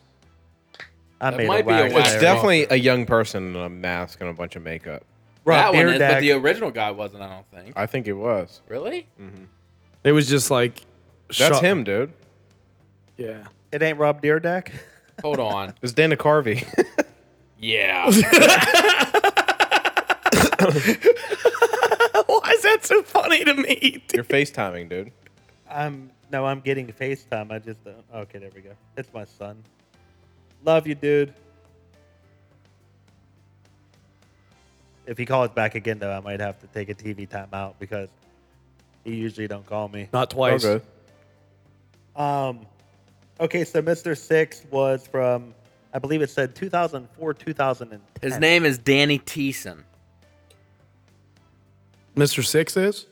S4: I
S5: That
S4: made
S5: might
S4: a
S5: be a
S4: whack
S5: whack.
S4: there.
S3: It's definitely a young person in a mask and a bunch of makeup.
S4: Rob
S5: that one is,
S4: Dyrdek.
S5: but the original guy wasn't. I don't think.
S3: I think it was.
S5: Really?
S1: It was just like
S3: That's
S1: shot-
S3: him, dude.
S1: Yeah.
S4: It ain't Rob Deerdeck.
S5: Hold *laughs* on.
S3: It's Dana Carvey.
S1: *laughs*
S5: Yeah.
S1: Why is that so funny to me?
S3: You're FaceTiming, *laughs* dude.
S4: I'm no, I'm getting FaceTime. I just don't. Okay, there we go. It's my son. Love you, dude. If he calls back again, though, I might have to take a TV timeout because he usually don't call me.
S1: Not twice.
S3: Okay.
S4: Um, okay, so Mr. Six was from, I believe it said 2004, 2010.
S5: His name is Danny Teeson.
S1: Mr. Six is?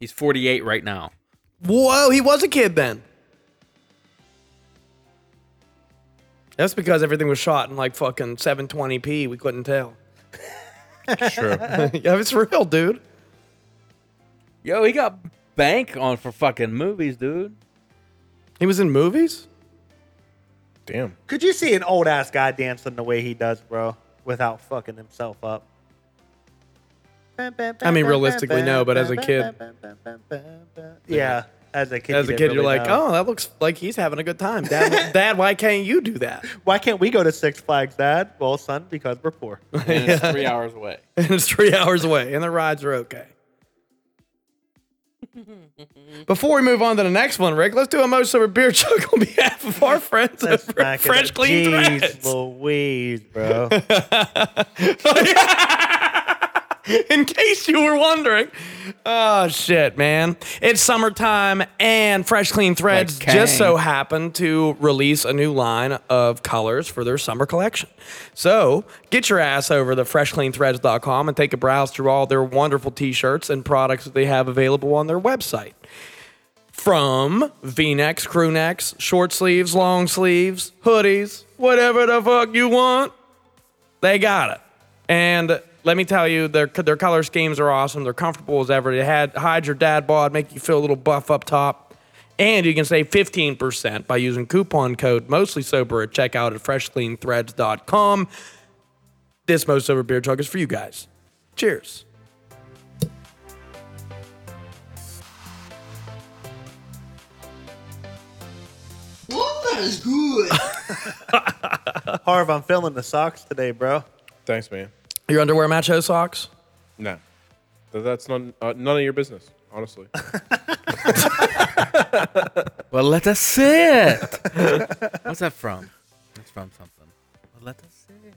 S5: He's 48 right now.
S1: Whoa, he was a kid then. That's because everything was shot in like fucking 720p. We couldn't tell.
S3: Sure.
S1: yeah, it's real, dude.
S5: Yo, he got bank on for fucking movies, dude.
S1: He was in movies?
S3: *laughs* Damn.
S4: Could you see an old ass guy dancing the way he does, bro, without fucking himself up? I
S1: mean, realistically, no, but as a kid-
S4: Yeah, as a kid.
S1: As a
S4: you didn't
S1: kid, you're
S4: really
S1: like,
S4: know.
S1: oh, that looks like he's having a good time. *laughs* Dad, Dad why can't you do that?
S4: Why can't we go to Six Flags, Dad? Well, son, because
S1: *laughs*
S4: we're poor.
S5: *laughs* And *laughs* it's three hours away.
S1: *laughs* and it's three hours away, and the rides are *laughs* okay. Before we move on to the next one, Rick, let's do a most sober beer chug on behalf of our friends
S4: That's
S1: over at
S4: back in
S1: Fresh
S4: the-
S1: Clean
S4: Jeez
S1: Threads.
S4: Louise,
S1: *laughs*
S4: bro.
S1: *laughs* In case you were wondering. Oh shit, man. It's summertime and Fresh Clean Threads
S5: Like Kang.
S1: just so happened to release a new line of colors for their summer collection. So get your ass over to freshcleanthreads.com and take a browse through all their wonderful t-shirts and products that they have available on their website from v-necks, crew necks, short sleeves, long sleeves, hoodies, whatever the fuck you want, they got it. And let me tell you, their their color schemes are awesome. They're comfortable as ever. They had hide your dad bod, make you feel a little buff up top. And you can save 15% by using coupon code mostly sober at checkout at freshcleanthreads.com. This most sober beer talk is for you guys. Cheers.
S6: Whoop, that is good.
S4: Harv, I'm feeling the socks today, bro.
S3: Thanks, man.
S1: Your underwear match those socks?
S3: No, Th- that's none uh, none of your business, honestly.
S5: Well, let us *laughs* sit. What's that from? That's from something. Well, let us sit.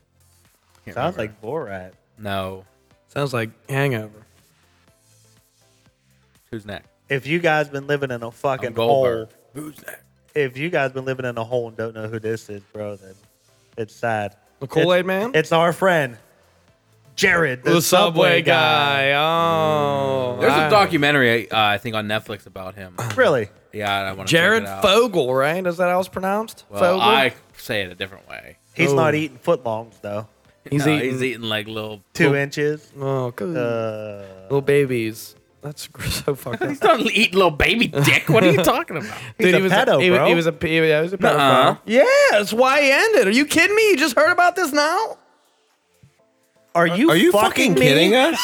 S5: Can't
S4: Sounds
S5: remember.
S4: like Borat.
S5: no.
S1: Sounds like hangover.
S5: Who's next?
S4: If you guys been living in a fucking hole,
S5: Goldberg. Who's next?
S4: if you guys been living in a hole and don't know who this is, bro, then it's sad.
S1: The Kool-Aid
S4: It's-
S1: Man?
S4: It's our friend Jared, the,
S1: The subway guy. Oh.
S5: There's
S1: I-
S5: a documentary uh, I think on Netflix about *clears throat* him.
S4: Really?
S5: Yeah, I want to
S1: Jared
S5: check it out.
S1: Fogle, right? Is that how it's pronounced?
S5: Well,
S1: Fogle?
S5: I say it a different way.
S4: He's
S1: Oh.
S4: not eating footlongs though.
S1: he's,
S5: No,
S1: eating,
S5: he's eating like little.
S4: Two inches.
S1: Oh, good.
S4: Uh,
S1: little babies. That's *laughs* gr- so fucked up.
S5: *laughs* He's not eating little baby dick. What are you talking about? *laughs*
S4: He's a
S1: he was
S4: pedo,
S1: he, was-
S4: bro.
S1: He was a he, yeah, he was a pedophile.
S5: Nuh-uh.
S1: Yeah, that's why he ended. Are you kidding me? You just heard about this now?
S4: are you? fucking,
S1: *laughs*
S4: me?
S3: us?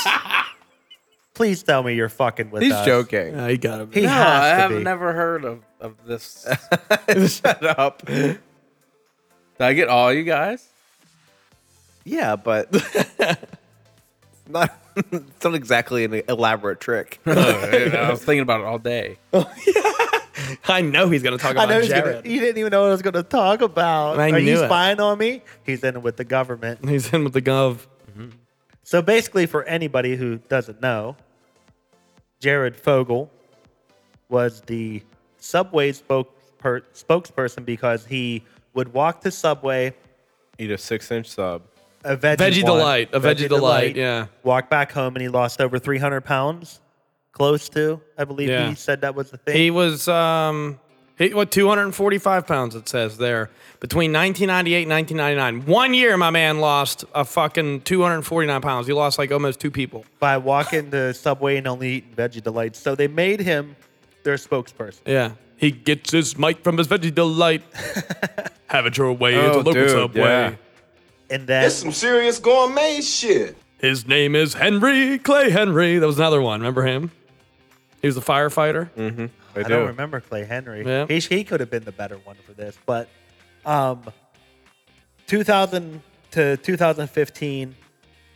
S4: Please tell me you're fucking with
S3: He's
S4: us.
S3: joking.
S1: No, you got to
S4: He
S1: be.
S5: I
S4: has
S5: have
S4: to be.
S5: never heard of, of this.
S4: *laughs*
S5: Did
S3: Shut up.
S5: I get all you guys?
S3: Yeah, but *laughs* not it's not exactly an elaborate trick.
S5: I was thinking about it all day.
S1: I know he's going to talk
S4: I
S1: about
S4: know he's
S1: Jared.
S4: gonna, you didn't even know what I was going to talk about.
S1: I
S4: Are you
S1: knew it.
S4: spying on me? He's in it with the government.
S1: He's in with the gov.
S4: So basically, for anybody who doesn't know, Jared Fogle was the subway spokesper- spokesperson because he would walk to Subway,
S3: Eat a six inch sub.
S4: a veggie,
S1: Veggie
S4: one-
S1: Delight, a Veggie Delight, yeah.
S4: Walk back home and he lost over 300 pounds, close to, I believe
S1: Yeah.
S4: he said that was the thing.
S1: He was um he what 245 pounds it says there between 1998 and 1999. One year my man lost a fucking 249 pounds. He lost like almost two people.
S4: by walking to Subway and only eating Veggie Delights. So they made him their spokesperson.
S1: Yeah. He gets his mic from his veggie
S3: *laughs*
S1: delight. Have it your way. it's a
S3: Oh,
S1: local
S3: dude,
S1: subway.
S3: yeah.
S4: And then
S2: serious gourmet shit.
S1: His name is Henry Clay Henry. That was another one. Remember him? He was a firefighter.
S3: Mm. I,
S4: I
S3: do.
S4: don't remember Clay Henry.
S1: Yeah.
S4: He, he could have been the better one for this, but um, 2000 to 2015,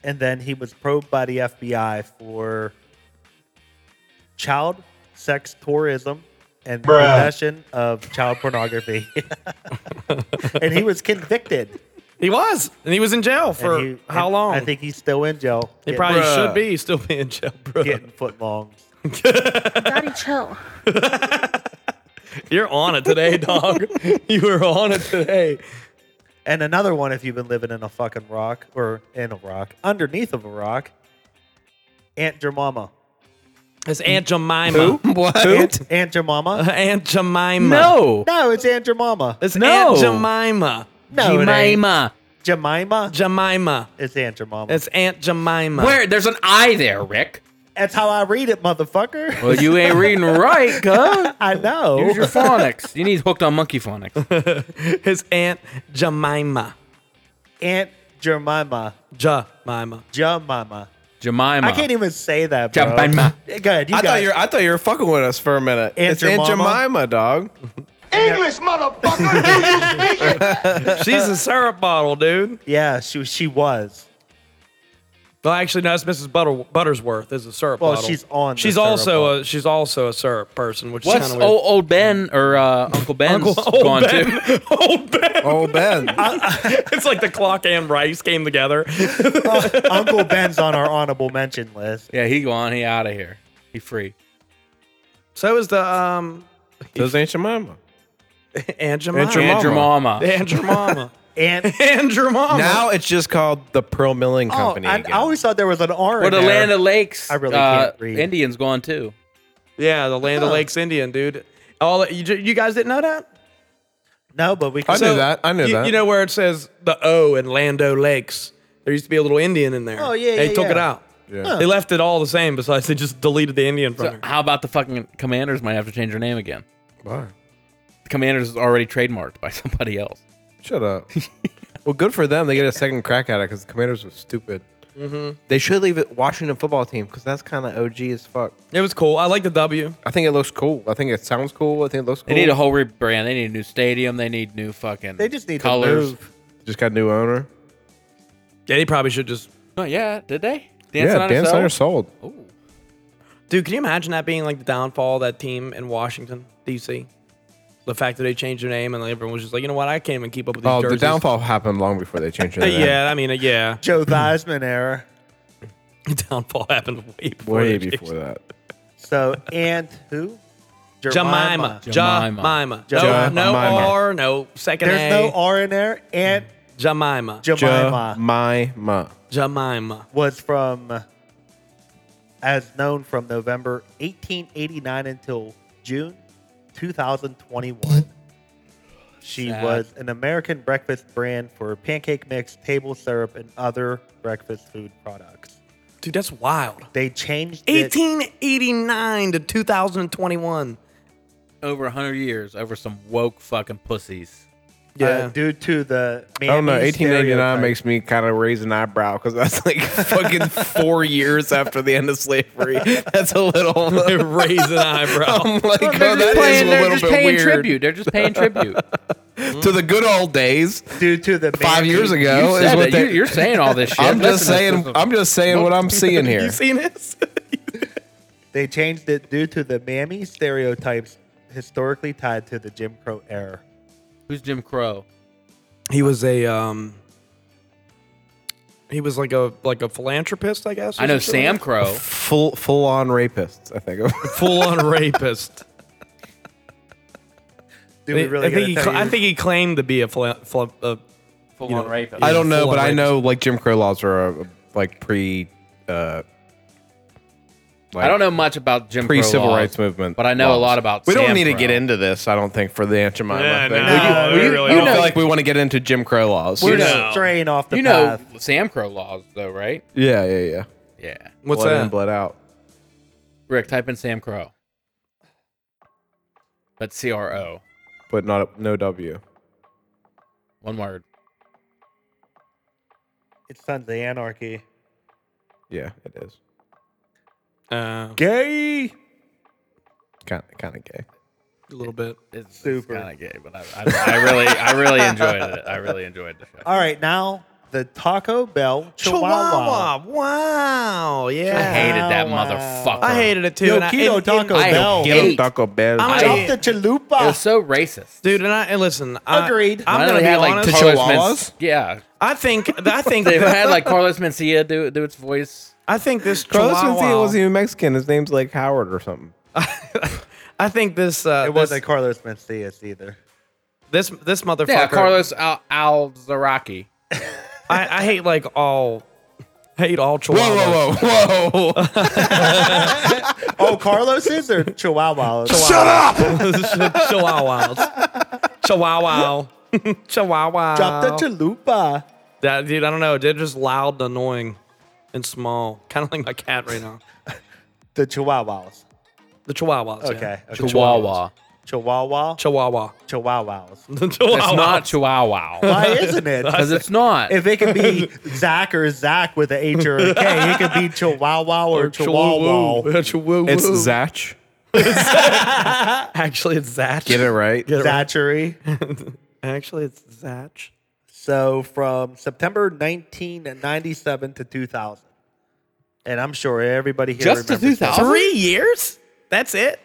S4: and then he was probed by the FBI for child sex tourism and possession of child pornography, *laughs* and he was convicted.
S1: He was, and he was in jail for
S4: And he-
S1: how
S4: and
S1: long?
S4: I think he's still in jail.
S1: he
S4: getting-
S1: probably
S3: Bruh.
S1: should be still be in jail, bro.
S4: getting footlongs.
S7: Daddy, chill.
S1: You're on it today,
S3: *laughs*
S1: dog. you were on it today.
S4: And another one if you've been living in a fucking rock or in a rock, underneath of a rock, Aunt Jemima.
S1: It's Aunt Jemima. *laughs*
S5: What?
S4: Aunt, Aunt Jemima?
S1: Aunt Jemima.
S5: No.
S4: no, it's Aunt Jemima.
S1: It's
S5: No.
S1: Aunt Jemima.
S4: No, it ain't.
S5: Jemima.
S4: Jemima?
S1: Jemima.
S4: It's Aunt Jemima.
S1: It's Aunt Jemima.
S5: Where? There's an I there, Rick.
S4: That's how I read it,
S5: *laughs*
S4: motherfucker.
S5: Well,
S4: *laughs*
S5: you ain't reading right, cuz.
S4: I know.
S5: Use your phonics. You need hooked on monkey phonics.
S1: It's Aunt Jemima.
S4: Aunt Jemima.
S1: Jemima.
S4: Jemima.
S5: Jemima.
S4: I can't even say that, bro.
S5: Jemima.
S4: Go ahead. You
S3: I thought
S4: guys.
S3: you were, I thought you were fucking with us for a minute.
S4: Aunt
S3: it's Aunt
S4: Jemima?
S3: Jemima, dog.
S6: English, motherfucker! Do you speak it?
S1: She's a syrup bottle, dude.
S4: yeah, she, she was.
S1: Well, actually, no, it's Mrs. Butter- Buttersworth is a syrup
S4: Well,
S1: bottle.
S4: she's on the
S1: She's
S4: syrup
S1: also
S4: bottle.
S1: a she's also a syrup person, which is
S5: What's
S1: kind of
S5: old,
S1: weird.
S5: old Ben or uh,
S4: *laughs*
S5: Uncle Ben's
S1: Uncle- old
S5: gone
S1: Ben. *laughs*
S5: to?
S1: old Ben.
S3: Oh *laughs* Ben.
S1: It's like the clock and rice came together.
S4: Uh, Uncle Ben's on our honorable mention list.
S5: *laughs* Yeah, he gone. He out of here. He free.
S1: so is the um
S3: Does Aunt Jemima?
S1: Aunt Jemima.
S3: Aunt Jemima.
S5: And your mama.
S1: Aunt Jemima.
S4: Aunt.
S1: *laughs* Aunt Jemima.
S3: Now it's just called the Pearl Milling
S4: Oh,
S3: Company.
S4: I,
S3: again.
S4: I always thought there was an R.
S5: Or
S4: in
S5: the
S4: there.
S5: Land of Lakes.
S4: I really
S5: uh,
S4: can't read.
S5: Indians gone too.
S1: Yeah, the Land of Lakes Indian, dude. All you, you guys didn't know that?
S4: No, but we
S3: I
S4: can.
S3: knew that. I knew
S1: you,
S3: that.
S1: You know where it says the O in Lando Lakes? There used to be a little Indian in there.
S4: Oh, yeah,
S1: They
S4: yeah,
S1: took
S4: yeah.
S1: it out.
S3: Yeah.
S1: They left it all the same. Besides, they just deleted the Indian from
S5: So
S1: there.
S5: how about the fucking Commanders? Might have to change their name again.
S3: Why?
S5: The Commanders is already trademarked by *laughs* somebody else.
S3: Shut up. *laughs* well, good for them. They get a second crack at it because the Commanders was stupid. *laughs* They should leave it Washington football team because that's kind of OG as fuck.
S1: It was cool. I like the W.
S3: I think it looks cool. I think it sounds cool. I think it looks cool.
S5: They need a whole rebrand. They need a new stadium. They need new fucking.
S4: They just need to
S5: colors.
S4: move.
S3: Just Just got a new owner.
S1: Yeah, he probably should just.
S5: Not yet, did they?
S3: yeah, Dan
S5: Yourself?
S3: Snyder sold.
S1: Dude, can you imagine that being like the downfall of that team in Washington, D.C.? The fact that they changed their name and everyone was just like, you know what? I can't even keep up with these
S3: Oh, the
S1: jerseys.
S3: downfall happened long before they changed
S1: Uh,
S3: *laughs* it.
S1: Yeah, I mean, uh, yeah. *laughs*
S4: Joe Theismann era.
S1: The downfall happened way before.
S3: way
S1: they changed-
S3: before that.
S4: So Aunt who?
S1: Jemima.
S5: Jemima.
S1: Jemima. No,
S4: Jemima.
S1: no
S3: Jemima.
S1: R, no second
S4: There's
S1: A.
S4: no R in there. Aunt
S1: Jemima.
S4: Jemima
S3: Uh, my ma.
S1: Jemima.
S4: was from, as known from November 1889 until June 2021. She
S5: Sad.
S4: was an American breakfast brand for pancake mix, table syrup, and other breakfast food products.
S1: Dude, that's wild.
S4: They changed it.
S1: 1889 to
S5: *laughs*
S1: 2021.
S5: Over 100 years, over some woke fucking pussies.
S4: uh,
S1: Yeah.
S4: due to the
S3: I don't know.
S4: mammy
S3: 1889
S4: stereotype.
S3: makes me kind of raise an eyebrow because that's like *laughs* fucking four years after the end of *laughs* slavery. That's a little. *laughs*
S1: Raise an *laughs* eyebrow.
S3: I'm like, oh,
S5: they're
S3: that
S5: just,
S3: is
S5: playing,
S3: a
S5: they're
S3: little
S5: just
S3: bit
S5: paying
S3: weird.
S5: tribute. They're just
S3: *laughs*
S5: paying tribute.
S3: to the good old days
S4: due to the
S3: five
S4: mammy-
S3: years
S5: you
S3: ago. Is
S5: said
S3: what
S5: it. You-
S3: they,
S5: you're saying all this shit.
S3: *laughs* I'm just
S5: Listen to
S3: saying.
S5: this.
S3: I'm just saying what I'm seeing here.
S1: you seen this?
S4: They changed it due to the mammy stereotypes historically tied to the Jim Crow era.
S5: Who's Jim Crow?
S1: he was a um he was like a like a philanthropist, I guess. or
S5: I know
S1: something
S5: Sam
S1: like
S5: Crow.
S3: Full full on rapists. I think.
S1: that. full
S5: *laughs*
S1: on rapist.
S4: Do we really
S1: I, think he,
S4: gotta
S1: cla-
S4: tell you-
S1: I think he claimed to be a phila- phila- uh,
S5: Full
S1: you
S5: on
S1: know,
S5: rapist.
S3: I don't know,
S1: full-on
S3: but I
S1: rapist.
S3: know like Jim Crow laws are uh, like pre. Uh, like,
S5: I don't know much about Jim
S3: pre
S5: Crow
S3: civil
S5: laws,
S3: rights movement,
S5: but I know a
S3: laws.
S5: lot about.
S3: We don't
S5: Sam
S3: need to
S5: Crow.
S3: get into this. I don't think for the Aunt Jemima
S1: Yeah,
S3: thing.
S1: no,
S4: No,
S1: we
S4: you-
S1: really
S4: you
S3: I
S1: don't.
S3: don't feel
S5: know-
S3: like we want to get into Jim Crow laws.
S5: We're
S4: You're
S5: not- know.
S4: straying off the
S5: You know
S4: path.
S5: Sam Crow laws though, right?
S3: Yeah, yeah, yeah.
S5: Yeah.
S1: What's
S3: blood
S1: that?
S3: in, blood out.
S5: Rick, type in Sam Crow. That's C R O.
S3: But not no W.
S5: One word.
S4: It's Sons of Anarchy.
S3: Yeah, it is.
S1: Uh,
S4: Gay.
S3: Kind of, kind of gay.
S1: a little bit.
S5: It's
S4: Super.
S5: kind of gay, but I, I, I really, I really enjoyed it. I really enjoyed the
S4: *laughs*
S5: show.
S4: All right, now the Taco Bell Chihuahua.
S1: Wow.
S5: I
S1: Yeah.
S5: hated that
S4: Wow.
S5: motherfucker.
S1: I hated it too.
S4: Yo,
S1: and I-
S4: Keto
S1: and-
S4: Taco
S1: and-
S5: I
S4: Bell.
S5: hate- Eight.
S3: Taco Bell.
S1: I'm
S4: Drop
S1: I-
S4: the
S5: It was
S4: chalupa.
S5: so racist.
S1: Dude, and I and listen. I,
S4: Agreed.
S1: I'm
S5: Why don't
S1: gonna
S5: they
S1: be
S5: have,
S1: honest.
S5: Like, Carlos Mencia-
S3: Chihuahuas?
S5: yeah,
S1: I think I think
S5: *laughs* they had like Carlos Mencia do do its voice.
S1: I think this
S3: Carlos
S1: Chihuahua-
S3: Mencia wasn't even Mexican. His name's like Howard or something.
S1: I think this. Uh,
S4: It
S1: this,
S4: wasn't Carlos Mencias either.
S1: this this motherfucker.
S5: Yeah, Carlos Al, Al Zaraki.
S1: I, I hate like all. I hate all Chihuahuas.
S3: *laughs* Whoa, whoa, whoa, whoa!
S4: Oh, Carlos is or
S1: *laughs*
S4: Chihuahua?
S1: Shut up! *laughs* Chihuahuas. Chihuahua. *laughs* Chihuahua.
S4: Drop the chalupa.
S1: That- dude, I don't know. They're just loud and annoying and small. Kind of like my cat right now.
S4: The Chihuahuas.
S1: The Chihuahuas. yeah.
S4: Okay. okay.
S5: Chihuahua.
S4: Chihuahua.
S1: Chihuahua.
S4: Chihuahuas.
S1: The Chihuahua.
S5: It's not Chihuahua.
S4: Why isn't it?
S1: *laughs*
S4: *laughs*
S5: Because it's not.
S4: If it could be Zach or Zach with a H or a K, it could be Chihuahua or, Chihuahua.
S1: Chihuahua. Chihuahua. *laughs*
S3: it's Zach.
S1: Actually, it's Zach.
S3: Get it right.
S4: Zachary.
S1: Actually, it's Zach.
S4: So from September 1997 to 2000. And I'm sure everybody here
S5: Just to
S4: remembers
S5: 2000?
S4: this.
S1: Three years? That's it?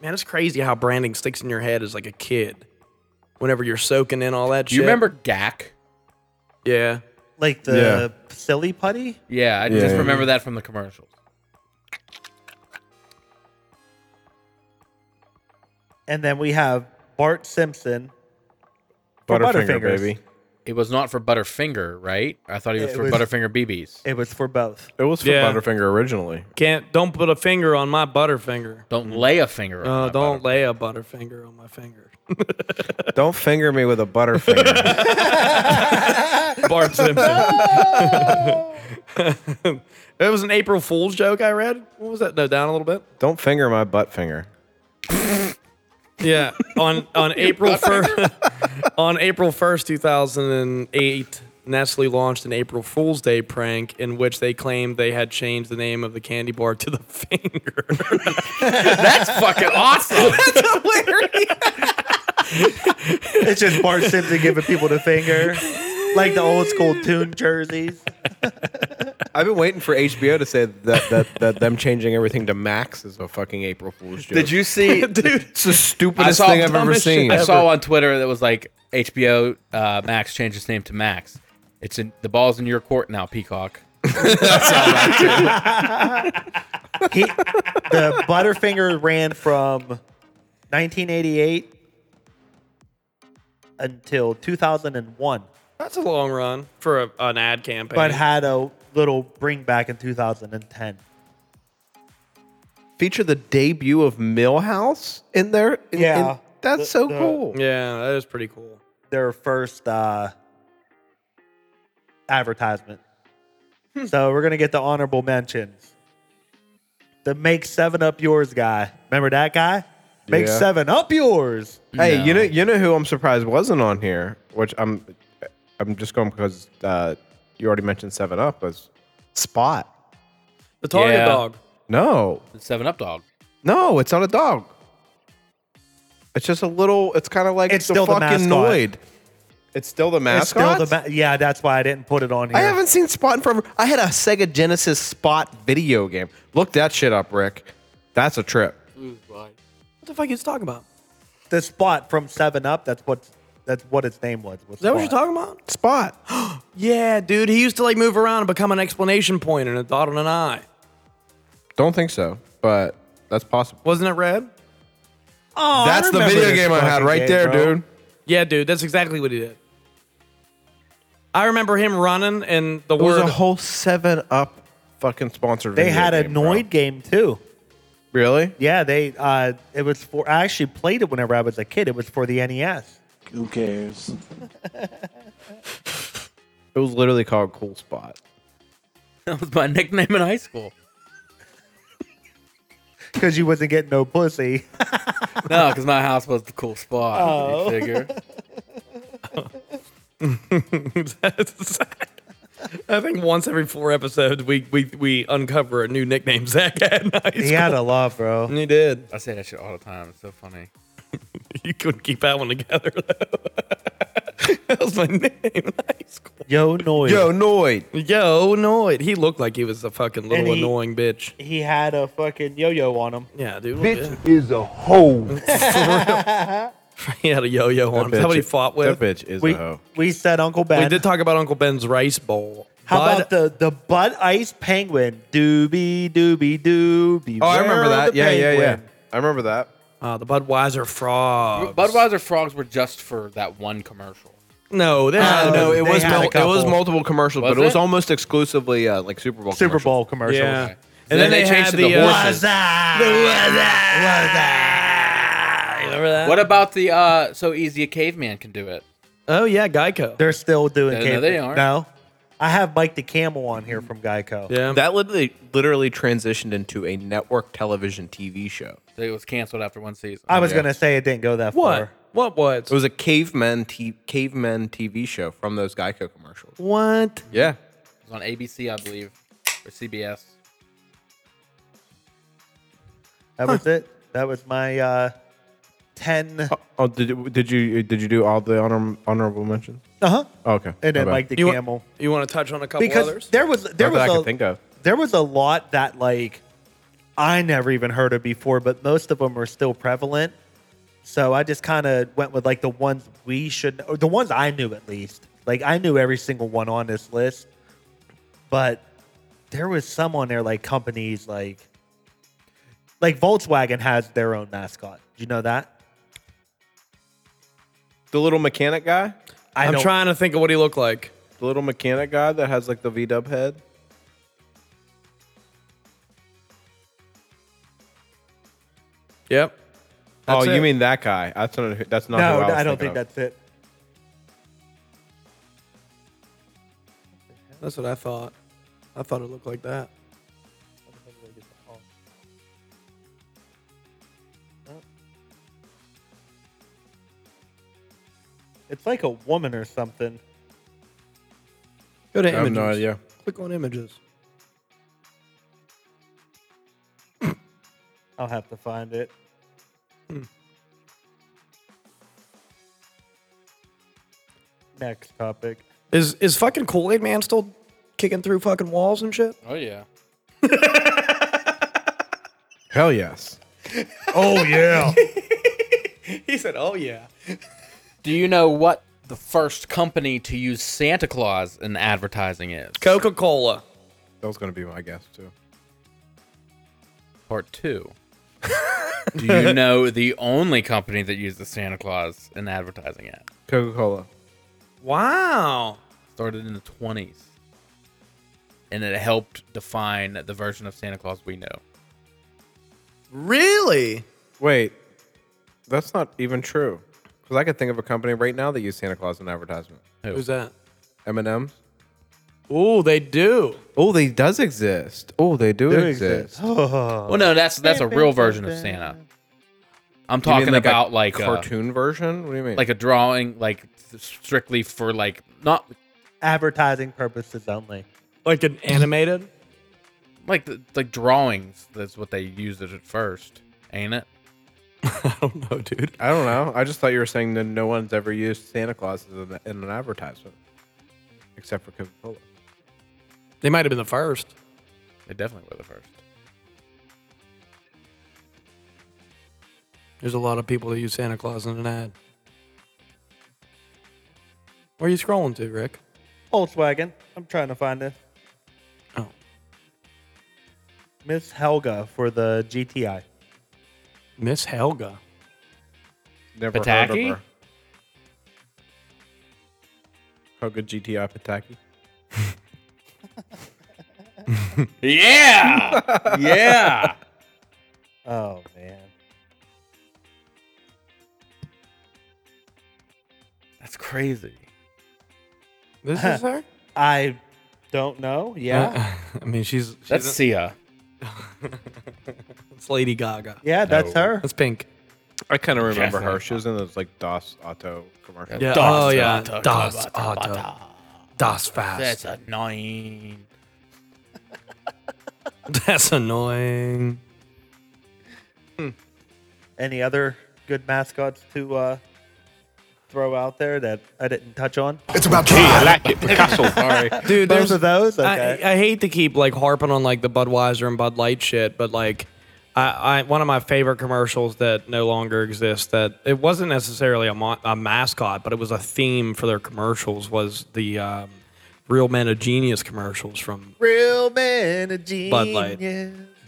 S1: Man, it's crazy how branding sticks in your head as like a kid. Whenever you're soaking in all that
S5: Do
S1: shit.
S5: you remember Gak?
S1: Yeah.
S4: Like the silly putty?
S5: Yeah, I just
S3: Yeah.
S5: remember that from the commercials.
S4: And then we have Bart Simpson. for
S3: Butterfinger,
S4: Butterfingers.
S3: baby.
S5: It was not for Butterfinger, right? I thought he was
S4: It
S5: for
S4: was-
S5: Butterfinger BBs.
S4: It was for both.
S3: It was for
S1: Yeah.
S3: Butterfinger originally.
S1: Can't don't put a finger on my butterfinger.
S5: Don't lay a finger. on
S1: Uh,
S5: my
S1: don't
S5: Butterfinger.
S1: lay a butterfinger on my finger.
S3: *laughs*
S1: *laughs*
S3: Don't finger me with a *laughs* Butterfinger.
S1: Bart *laughs* Simpson. it was an April Fool's joke I read. What was that? No, down a little bit.
S3: Don't finger my butt finger.
S1: Yeah, on *laughs* on April first, *laughs* on April first, two thousand and eight, Nestle launched an April Fool's Day prank in which they claimed they had changed the name of the candy bar to the *laughs* finger.
S5: That's fucking awesome.
S4: It's just Bart Simpson giving people the finger, like the old school tune jerseys.
S3: I've been waiting for HBO to say that that, that them changing everything to Max is a fucking April Fool's joke.
S5: Did you
S1: *laughs*
S5: see?
S3: It's the
S5: I
S3: stupidest
S5: saw,
S3: thing I've ever seen.
S5: I saw on Twitter that was like HBO uh, Max changed its name to Max. It's in the ball's in your court now, Peacock.
S4: He, the Butterfinger ran from 1988 until 2001,
S1: That's a long run for a, an ad campaign.
S4: but had a little bring back in 2010.
S3: Feature the debut of Millhouse in there. in- in-
S4: Yeah.
S3: that's
S4: The-
S3: so
S4: the-
S3: cool.
S1: yeah, that is pretty cool.
S4: their first uh, advertisement.
S3: Hmm.
S4: So we're gonna get the honorable mentions. The make seven up yours guy. Remember that guy? Make
S3: Yeah.
S4: seven up yours.
S3: Hey, you
S5: No.
S3: know you know who I'm surprised wasn't on here, which I'm I'm just going because uh, you already mentioned Seven Up was Spot.
S1: The Target
S5: Yeah.
S1: dog.
S3: No,
S5: Seven Up Dog. *laughs*
S3: no, it's not a dog. It's just a little. It's kind of like
S4: It's still the
S3: fucking
S4: mascot.
S3: Noid. It's still the mascot.
S4: It's still the ma- yeah, that's why I didn't put it on here.
S3: I haven't seen Spot in forever. I had a Sega Genesis Spot video game. Look that shit up, Rick. That's a trip.
S1: What the fuck are you talking about?
S4: the spot from Seven Up. That's what that's what its name was. was
S1: Is that what you're
S4: Spot.
S1: talking about?
S3: Spot. *gasps*
S1: Yeah, dude. He used to like move around and become an explanation point and a dot on an I.
S3: Don't think so, but that's possible.
S1: Wasn't it red?
S4: Oh, I
S3: that's the
S4: remember
S3: video
S4: this
S3: game I had
S4: fucking
S3: right
S4: game,
S3: there,
S4: bro.
S3: dude.
S1: Yeah, dude. That's exactly what he did. I remember him running and the
S3: It was
S1: word.
S3: a whole seven up fucking sponsored.
S4: They
S3: video
S4: had a
S3: game, bro.
S4: Noid game too.
S3: Really?
S4: Yeah, they uh, it was for. I actually played it whenever I was a kid. It was for the E NES.
S2: Who cares?
S3: It was literally called Cool Spot.
S5: That was my nickname in high school.
S4: because you wasn't getting no pussy.
S5: No, because my house was the cool spot.
S4: Oh.
S5: You figure.
S1: *laughs* That's- I think once every four episodes we we, we uncover a new nickname Zach had. in high
S4: he
S1: school.
S4: had a love, bro.
S1: He did.
S5: I say that shit all the time. It's so funny.
S1: You couldn't keep that one together. though. *laughs* that was my name in high school.
S4: Yo, noise.
S3: Yo, Noid.
S1: Yo, annoyed. He looked like he was a fucking little
S4: And he-
S1: annoying bitch.
S4: He had a fucking yo-yo on him.
S1: Yeah, dude. yeah.
S6: is a
S1: *laughs*
S6: hoe.
S1: He had a yo-yo on. him. Is that what he fought with?
S3: That bitch is
S4: We
S3: a hoe.
S4: we said Uncle Ben.
S1: We did talk about Uncle Ben's rice bowl.
S4: How
S1: Bud-
S4: about the the Bud Ice Penguin? Doobie doobie doobie.
S3: Oh, I remember that. Yeah, yeah, yeah. I remember that.
S1: uh, the Budweiser frog?
S5: Budweiser frogs were just for that one commercial.
S1: No, they had
S4: Oh,
S3: no,
S4: they
S3: it was
S4: had a
S3: mul- it was
S4: couple.
S3: multiple commercials,
S5: Was
S3: but it was
S5: it?
S3: almost exclusively uh, like Super Bowl.
S4: Super
S3: commercials.
S4: Bowl commercials.
S1: Yeah.
S5: Okay.
S1: And then, they, changed had the, uh,
S5: horses.
S1: Remember that?
S5: What about the uh, so easy a caveman can do it?
S1: Oh yeah, Geico.
S4: They're still doing.
S5: No,
S4: cable.
S5: no, they aren't.
S4: No, I have Mike the Camel on here from Geico.
S1: yeah.
S3: That literally, literally transitioned into a network television TV show.
S5: It was canceled after one season.
S4: I was
S3: Yeah.
S4: gonna say it didn't go that
S1: what?
S4: far.
S1: What was?
S3: It was a caveman t- caveman TV show from those Geico commercials.
S1: what?
S3: Yeah,
S5: It was on ABC, I believe, or CBS.
S4: That was it. That was my uh, ten. Uh
S3: Oh, did did you did you do all the honor, honorable mentions?
S4: huh.
S3: Oh, okay.
S4: Uh-huh. And then
S3: My
S4: Mike
S3: bad.
S4: the
S1: You wa-
S4: Camel.
S1: You want to touch on a couple
S4: because
S1: others?
S4: there was there
S3: Not that I
S4: was
S3: can
S4: a,
S3: think of.
S4: there was a lot that like I never even heard of before, but most of them were still prevalent. So I just kind of went with like the ones we should, or the ones I knew at least. Like I knew every single one on this list, but there was some on there like companies like like Volkswagen has their own mascot. Do you know that?
S3: The little mechanic guy,
S4: I
S1: I'm
S4: don't-
S1: trying to think of what he looked like.
S3: the little mechanic guy that has like the V dub head.
S1: Yep. That's
S3: oh,
S1: it.
S3: you mean that guy? That's not. who- That's not.
S4: No,
S3: who
S4: I,
S3: I, was
S4: don't think
S3: thinking of.
S4: that's it.
S1: That's what I thought. I thought it looked like that.
S4: It's like a woman or something.
S1: Go to
S3: I have
S1: images.
S3: no idea.
S1: Click on images.
S4: I'll have to find it. *clears throat* Next topic.
S1: Is is fucking Kool Aid Man still kicking through fucking walls and shit?
S5: Oh yeah.
S3: Hell yes.
S4: *laughs* Oh yeah.
S1: He said, "Oh yeah."
S5: Do you know what the first company to use Santa Claus in advertising is?
S1: Coca Cola.
S3: That was gonna be my guess too.
S5: Part *laughs* two. Do you know the only company that used the Santa Claus in advertising ad?
S3: Coca Cola.
S1: Wow.
S5: Started in the 20s. And it helped define the version of Santa Claus we know.
S1: Really?
S3: Wait, that's not even true. Because I could think of a company right now that used Santa Claus in advertisement.
S1: Who's that?
S3: M&M's.
S1: Ooh, they do.
S3: Oh, they does exist. Oh, they do, exist.
S5: Well, no, that's that's a real version of Santa. I'm talking about like a,
S3: cartoon version. What do you mean?
S5: like a drawing, like strictly for like not
S4: Advertising purposes only.
S1: Like an animated?
S5: like the, like drawings. That's what they used it at first, ain't it?
S1: *laughs* I don't know, dude.
S3: I don't know. I just thought you were saying that no one's ever used Santa Claus in an, in an advertisement, except for Coca Cola.
S1: They might have been the first.
S5: They definitely were the first.
S1: There's a lot of people that use Santa Claus in an ad. Where are you scrolling to, Rick?
S4: Volkswagen. I'm trying to find it.
S1: Oh.
S4: Miss Helga for the GTI.
S1: Miss Helga.
S3: Never
S5: Pataki?
S3: heard of her. How good GTI Pataki?
S5: Yeah, yeah.
S4: Oh man.
S5: That's crazy.
S1: *laughs* This is her?
S4: I don't know.
S1: Uh,
S4: Yeah.
S1: *laughs* I mean, she's, she's
S5: That's Sia.
S1: it's Lady Gaga.
S4: yeah, that's
S5: No.
S4: her.
S1: That's pink.
S3: I kind of remember
S5: Definitely
S3: her. She was in those like DOS Auto commercials.
S1: Yeah.
S5: Das
S1: oh yeah.
S5: Auto,
S1: Das
S5: Auto,
S1: Auto. Das fast.
S5: That's annoying.
S1: *laughs* That's annoying.
S4: Any other good mascots to uh, throw out there that I didn't touch on?
S3: Sorry.
S1: Dude,
S4: Both of those. Okay.
S1: I, I hate to keep like harping on like the Budweiser and Bud Light shit, but like I, I one of my favorite commercials that no longer exists that it wasn't necessarily a, mo- a mascot, but it was a theme for their commercials was the um, Real Men of Genius commercials from
S4: Real man of genius.
S1: Bud Light.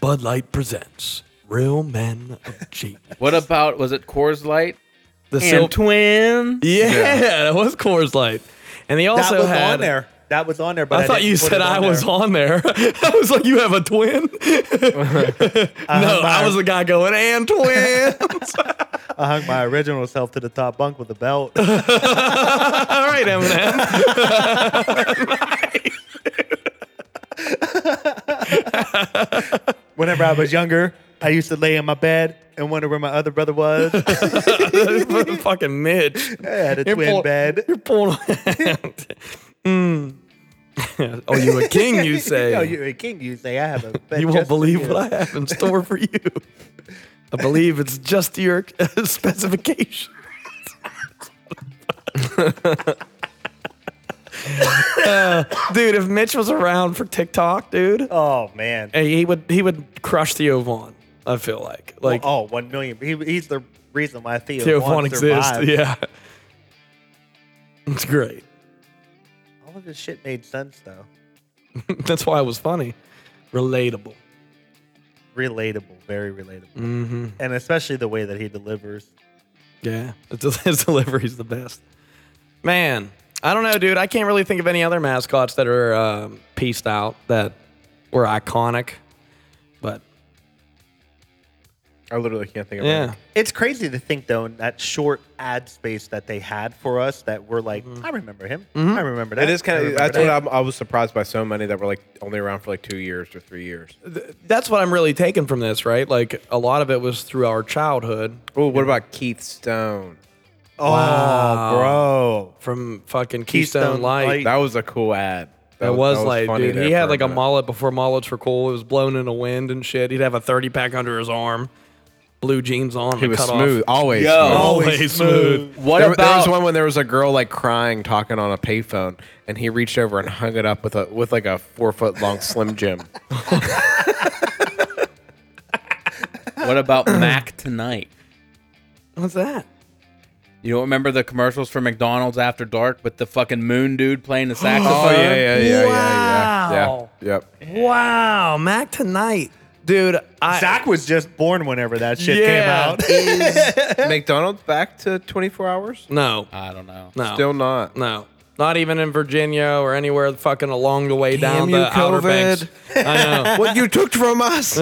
S1: Bud Light presents Real Men of Genius.
S5: What about was it Coors Light
S1: The
S5: and
S1: sil-
S5: Twins?
S1: yeah, that was Coors Light, and they also
S4: That was
S1: had.
S4: on there. That was on there. But I,
S1: I thought
S4: didn't
S1: you
S4: put
S1: said
S4: it
S1: I
S4: on
S1: was
S4: there.
S1: on there. *laughs* I was like, you have a
S4: *laughs*
S1: twin?
S4: Uh-huh,
S1: no, I was the guy going, and twins. *laughs*
S4: I hung my original self to the top bunk with a belt.
S1: All right, Eminem.
S4: *laughs* Whenever I was younger, I used to lay in my bed and wonder where my other brother was. I
S1: Fucking
S4: *laughs*
S1: Mitch.
S4: had a
S1: *laughs* You're
S4: twin
S1: pull-
S4: bed.
S1: You're pulling. *laughs* Mm. *laughs* oh, you a king,
S4: *laughs*
S1: you say.
S4: Yo,
S1: you
S4: you're a king, you say. I have a bed.
S1: won't
S4: just for
S1: believe
S4: you.
S1: what I have in store for you. I believe it's just to your *laughs*
S4: *laughs*
S1: specification. *laughs* Uh, dude, if Mitch was around for TikTok, dude,
S4: Oh, man.
S1: Hey, he would he would crush Theo Vaughn. I feel like like
S4: oh, one million. He, he's the reason why Theo,
S1: Theo
S4: Vaughn
S1: Vaughn exists. *laughs*
S4: survived.
S1: Yeah, it's great.
S4: All of this shit made sense though.
S1: That's why it was funny, relatable.
S4: Relatable, very relatable,
S1: Mm-hmm.
S4: and especially the way that he delivers.
S1: Yeah, It's just- *laughs* his delivery's the best. Man, I don't know, dude. I can't really think of any other mascots that are um, pieced out that were iconic. But
S3: I literally can't think of
S1: yeah,
S3: it.
S4: It's crazy to think though in that short ad space that they had for us that we're like,
S1: Mm-hmm.
S4: I remember him. I remember that.
S3: It is
S4: I
S3: kind of.
S4: remember
S3: That's
S4: that."
S3: what I'm, I was surprised by. So many that were like only around for like two years or three years.
S1: that's what I'm really taking from this, right? Like a lot of it was through our childhood,
S3: Oh, what about Keith Stone?
S4: Oh, bro.
S1: from fucking Keystone,
S4: Keystone
S1: Light.
S4: Light.
S3: That was a cool ad.
S1: That was, like,
S3: funny
S1: dude,
S3: there
S1: he
S3: for
S1: had like a
S3: minute.
S1: mullet before mullets were cool. It was blown in the wind and shit. He'd have a 30 pack under his arm. blue jeans on.
S3: He
S1: and
S3: was
S1: cut
S3: smooth. Oh,
S1: Off.
S3: Always.
S5: Yo.
S3: smooth.
S1: Always smooth.
S5: What
S3: there,
S5: about
S3: there was one when there was a girl like crying, talking on a payphone, and he reached over and hung it up with a with like a four foot long Slim Jim.
S5: what about Mac tonight?
S1: What's that?
S5: You don't remember the commercials for McDonald's after dark with the fucking moon dude playing the saxophone?
S3: Oh *laughs* yeah, yeah, yeah, yeah,
S1: Wow.
S3: yeah, yeah. Yep.
S1: Wow, Mac tonight, dude. I,
S4: Zach was just born whenever that shit
S1: *laughs*
S4: came
S1: Yeah.
S4: out.
S3: *laughs* McDonald's back to twenty four hours?
S1: *laughs* no,
S5: I don't know.
S1: no,
S3: Still not.
S1: no, not even in Virginia or anywhere fucking along the way down
S3: Damn
S1: the
S3: you,
S1: Outer Banks.
S3: COVID. *laughs* what you took from us?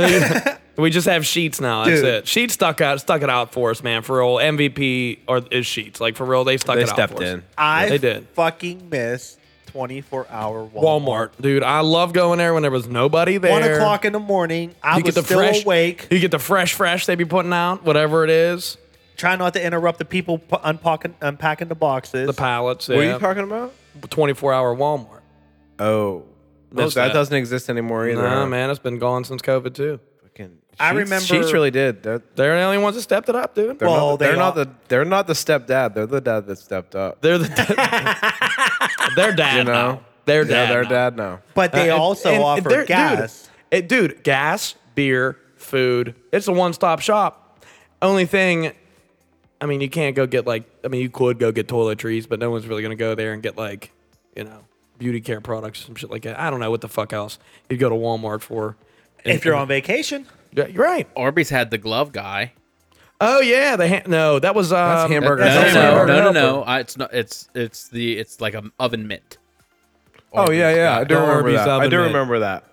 S1: We just have Sheets now. That's
S4: Dude.
S1: it. Sheets stuck out, stuck it out for us, man. For real, MVP or is Sheets like for real? They stuck
S3: They
S1: it out
S3: stepped
S1: for us.
S3: in.
S4: I
S1: They did.
S4: fucking miss 24 hour Walmart.
S1: Walmart, dude. I love going there when there was nobody there.
S4: One o'clock in the morning. I was still
S1: fresh,
S4: awake.
S1: You get the fresh, fresh they be putting out, whatever it is,
S4: Try not to interrupt the people p- unpacking, unpacking the boxes.
S1: the pallets.
S3: What are
S1: yeah.
S3: you talking about?
S1: Twenty-four hour Walmart.
S3: Oh, no,
S1: That's
S3: that
S1: that.
S3: doesn't exist anymore either.
S1: Nah, man, it's been gone since COVID too.
S3: Fucking
S4: I
S3: Sheets-
S4: remember-
S3: Sheets really did. They're,
S1: They're the only ones that stepped it up, dude.
S3: they're
S4: Well,
S3: not,
S4: they
S3: they're not
S4: are-
S3: the they're not the stepdad. They're the dad that stepped up.
S1: They're the *laughs* they're dad
S3: You know?
S1: now. They're
S3: yeah,
S1: dad.
S3: they're
S1: now.
S3: dad now.
S4: but they
S1: Uh, and-
S4: also
S1: and- and
S4: offer
S1: they're- dude,
S4: gas.
S1: it- Dude, gas, beer, food. It's a one-stop shop. Only thing, I mean, you can't go get like. I mean, you could go get toiletries, but no one's really gonna go there and get like, you know, beauty care products and shit like that. I don't know what the fuck else you'd go to Walmart for.
S4: if you're on vacation,
S1: Yeah, you're right.
S5: Arby's had the glove guy.
S1: Oh yeah, the ha- no, that was uh,
S3: That's hamburger
S5: No,
S3: That's
S5: no, no,
S3: Hamburger
S5: no, no, no. I, it's not. It's it's the it's like an oven mitt.
S3: Oh yeah, yeah. I do
S1: The
S3: remember
S1: Arby's
S3: that. I
S1: oven
S3: do
S1: mitt.
S3: remember that.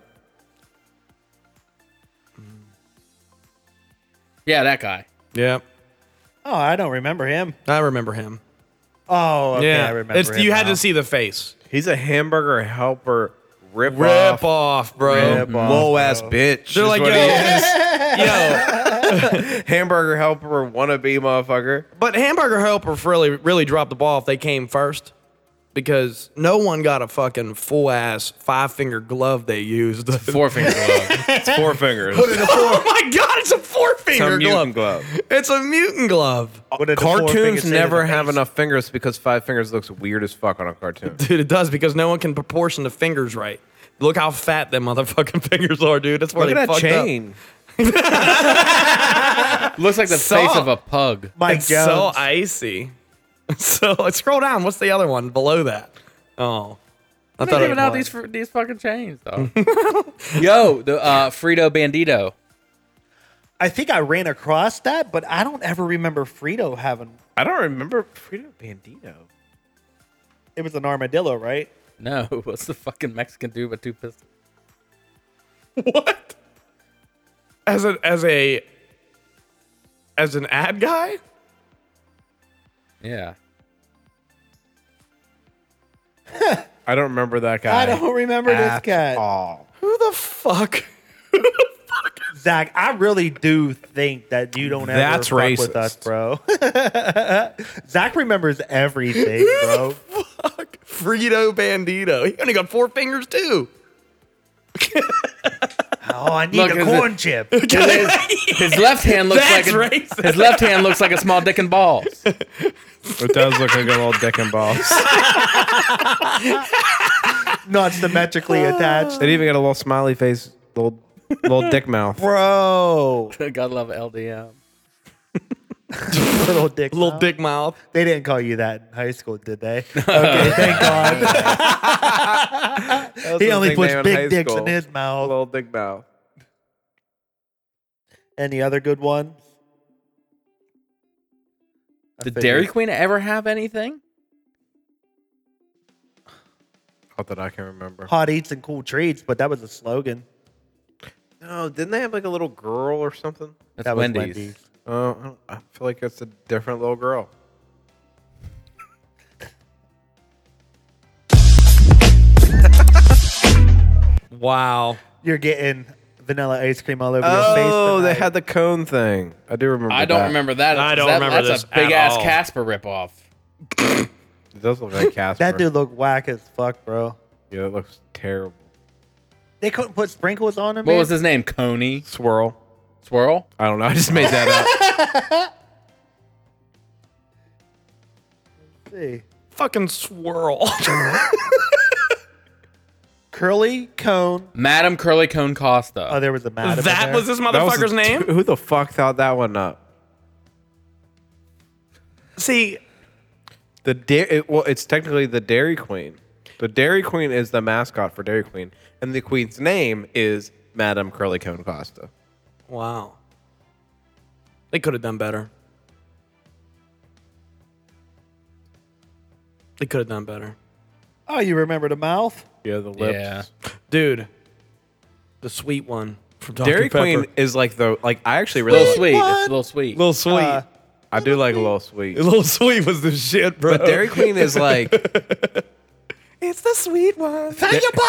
S5: Yeah, that guy.
S1: Yeah,
S4: oh, I don't remember him.
S1: I remember him.
S4: Oh, okay,
S1: yeah,
S4: I remember.
S1: It's,
S4: him
S1: you had
S4: now.
S1: to see the face.
S3: He's a hamburger helper rip,
S1: Rip
S3: off,
S1: off, bro.
S3: rip off, low ass bitch.
S1: They're
S3: is
S1: like,
S3: what
S1: yo,
S3: he is.
S1: yo,
S3: *laughs* hamburger helper wannabe *laughs* motherfucker.
S1: But Hamburger Helper really really dropped the ball if they came first. Because no one got a fucking full ass five finger glove they used. *laughs*
S5: Four finger *laughs* glove.
S3: It's four fingers.
S1: oh my god, it's a four finger
S3: *laughs*
S1: glove.
S3: Some mutant glove.
S1: It's a mutant glove.
S4: What did the four fingers
S3: Cartoons
S4: say to
S3: never
S4: the
S3: have
S4: face?
S3: enough fingers because five fingers looks weird as fuck on a cartoon.
S1: *laughs* Dude, it does because no one can proportion the fingers right. Look how fat them motherfucking *laughs* fingers are, dude. That's where
S3: Look
S1: they
S3: at that
S1: fucked
S3: chain.
S5: Looks like the face
S1: Saw.
S5: of a pug.
S1: up.
S4: Mike
S1: It's
S4: Jones.
S1: so icy. *laughs* So scroll down. What's the other one below that? Oh, I
S5: They're
S1: thought it
S5: giving out
S1: was-
S5: these fr- these fucking chains though. *laughs* Yo, the uh, Frito Bandito.
S4: I think I ran across that, but I don't ever remember Frito having.
S3: I don't remember Frito Bandito.
S4: It was an armadillo, right?
S5: No, *laughs* what's the fucking Mexican dude with two pistols?
S1: What? As a as a as an ad guy?
S5: Yeah.
S3: I don't remember that guy.
S4: I don't remember this
S3: at
S4: guy.
S3: all.
S1: Who the fuck?
S4: Zach, I really do think that you don't ever
S3: That's
S4: fuck with
S3: racist.
S4: us, bro. *laughs* Zach remembers everything, bro.
S1: fuck Frito Bandito. He only got four fingers too.
S4: Oh, I need
S5: Look,
S4: a
S5: is
S4: corn chip.
S5: His left hand looks like
S1: That's
S5: a,
S1: racist.
S5: his left hand looks like a small dick and balls.
S3: It does look like an old dick and *laughs* balls.
S4: Not symmetrically attached.
S3: It even got a little smiley face, little little dick mouth.
S4: Bro.
S5: Gotta love LDM.
S4: *laughs* Little dick.
S1: Little
S4: mouth.
S1: dick mouth.
S4: They didn't call you that in high school, did
S3: *laughs*
S4: they? Okay, thank God. he only puts big dicks in his mouth.
S3: *laughs* Little dick mouth.
S4: Any other good one? I
S5: Did
S4: figured-
S5: Dairy Queen ever have anything?
S3: Not that I can remember.
S4: Hot eats and cool treats, but that was a slogan.
S3: No, didn't they have like a little girl or something?
S5: That's
S4: That was
S5: Wendy's.
S4: Wendy's.
S3: Oh, I don't- I feel like it's a different little girl.
S1: Wow.
S4: You're getting vanilla ice cream all over
S3: Oh,
S4: your
S3: they
S4: face.
S3: had the cone thing. I do remember.
S5: I don't
S3: that.
S5: remember that.
S1: I don't
S5: That-
S1: remember
S5: That's
S1: this
S5: a big
S1: at
S5: ass
S1: all.
S5: Casper ripoff.
S3: It does look *laughs* like Casper.
S4: that dude looked whack as fuck, bro.
S3: Yeah, it looks terrible.
S4: They couldn't put sprinkles on him.
S5: What was his name? Coney.
S3: Swirl.
S5: Swirl?
S3: I don't know. *laughs* I just made that
S5: *laughs*
S3: up.
S4: see.
S1: Fucking *laughs* swirl.
S4: Curly cone.
S5: Madam Curly Cone Costa.
S4: Oh, there was a madam.
S1: *laughs*
S4: in
S1: that
S4: there.
S1: was this
S3: That was a
S1: motherfucker's
S3: t-
S1: name?
S3: Who the fuck thought that one up?
S1: See,
S3: The da- it, well, it's technically the Dairy Queen. The Dairy Queen is the mascot for Dairy Queen, and the queen's name is Madame Curly Cone Costa.
S1: wow. They could have done better. They could have done better.
S4: Oh, you remember the mouth?
S3: Yeah, the lips.
S5: yeah.
S1: Dude, the sweet one from Dr.
S3: Dairy
S1: Pepper.
S3: Queen is like the like I actually really
S5: Little sweet. It's a little sweet.
S1: Little Sweet.
S4: Uh,
S1: *laughs*
S3: I do like a little sweet.
S1: Little Sweet was the shit, bro.
S3: But Dairy Queen is like
S1: *laughs* It's the sweet one.
S4: you, Boston.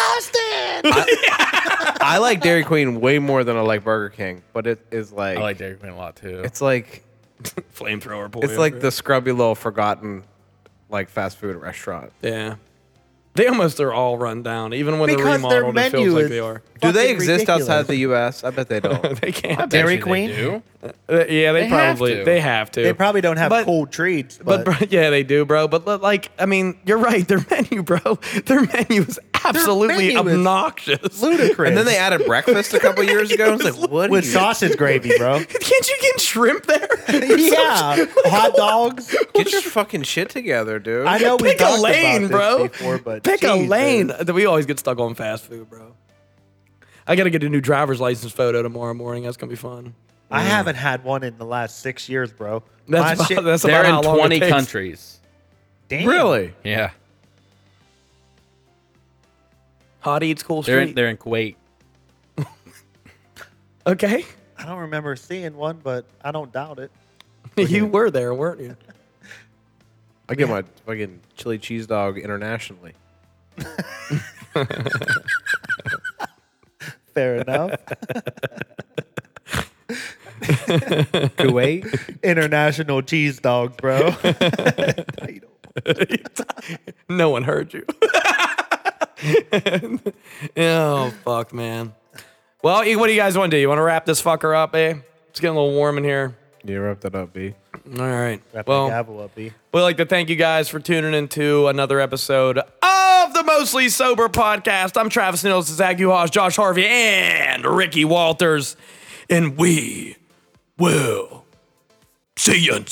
S3: I like Dairy Queen way more than I like Burger King, but it is like,
S5: I like Dairy Queen a lot too.
S3: it's like
S1: Flamethrower boy.
S3: it's like the scrubby little forgotten like fast food restaurant.
S1: Yeah. They almost are all run down, even when
S4: Because
S1: they're
S4: their
S1: remodeled. It
S4: menu
S1: feels like
S4: is-
S1: they are. *laughs*
S3: Do they
S4: Fucking
S3: exist outside of
S4: ridiculous.
S3: the U.S.? I bet they *laughs* don't.
S1: They can't.
S4: Dairy
S5: Actually, they
S4: Queen?
S5: do.
S1: Uh, yeah, they,
S5: They have
S1: probably
S5: to.
S1: they have to.
S4: They probably don't have
S1: But-
S4: cool treats,
S1: But,
S4: but,
S1: bro, *laughs* yeah, they do, bro. But li- like, I mean, you're right. Their *laughs* menu, bro. Their menu is absolutely
S4: menu is
S1: obnoxious.
S4: ludicrous.
S3: and then they added breakfast a couple years ago. I was like, what?
S4: with
S3: are you-
S4: sausage gravy,
S1: *laughs*
S4: bro.
S1: *laughs* Can't you get shrimp
S4: *laughs*
S1: there? *laughs*
S4: yeah, hot dogs.
S3: Get your fucking shit together, dude.
S4: I know we
S1: Pick a
S4: talked about
S1: lane,
S4: this
S1: bro.
S4: Before, but
S1: Pick a
S4: Jesus.
S1: lane. Uh, We always get stuck on fast food, bro. I gotta get a new driver's license photo tomorrow morning. That's gonna be fun.
S4: I haven't had one in the last six years, bro. My
S1: That's about,
S4: shit-
S1: that's
S5: They're
S1: about how
S5: in
S1: long it
S5: 20
S1: takes.
S5: countries.
S4: damn.
S3: Really?
S5: Yeah.
S1: Hot eats cool
S5: They're
S1: street.
S5: in, they're in Kuwait. *laughs*
S1: Okay,
S4: I don't remember seeing one, but I don't doubt it.
S1: you were there, weren't you?
S3: I get my fucking chili cheese dog internationally.
S4: Fair
S1: *laughs*
S4: enough. *laughs*
S3: Kuwait.
S4: International cheese dogs,
S1: *laughs*
S4: bro.
S1: no one heard you. *laughs* oh fuck, man. Well, you- what do you guys want to do? You want to wrap this fucker up, eh? It's getting a little warm in here.
S3: you wrapped that up, B.
S1: All right.
S4: Wrap
S1: well,
S4: the gavel up, B.
S1: We'd like to thank you guys for tuning in to another episode of the Mostly Sober Podcast. I'm Travis Nils, Zach Uhas, Josh Harvey, and Ricky Walters. And we will see you.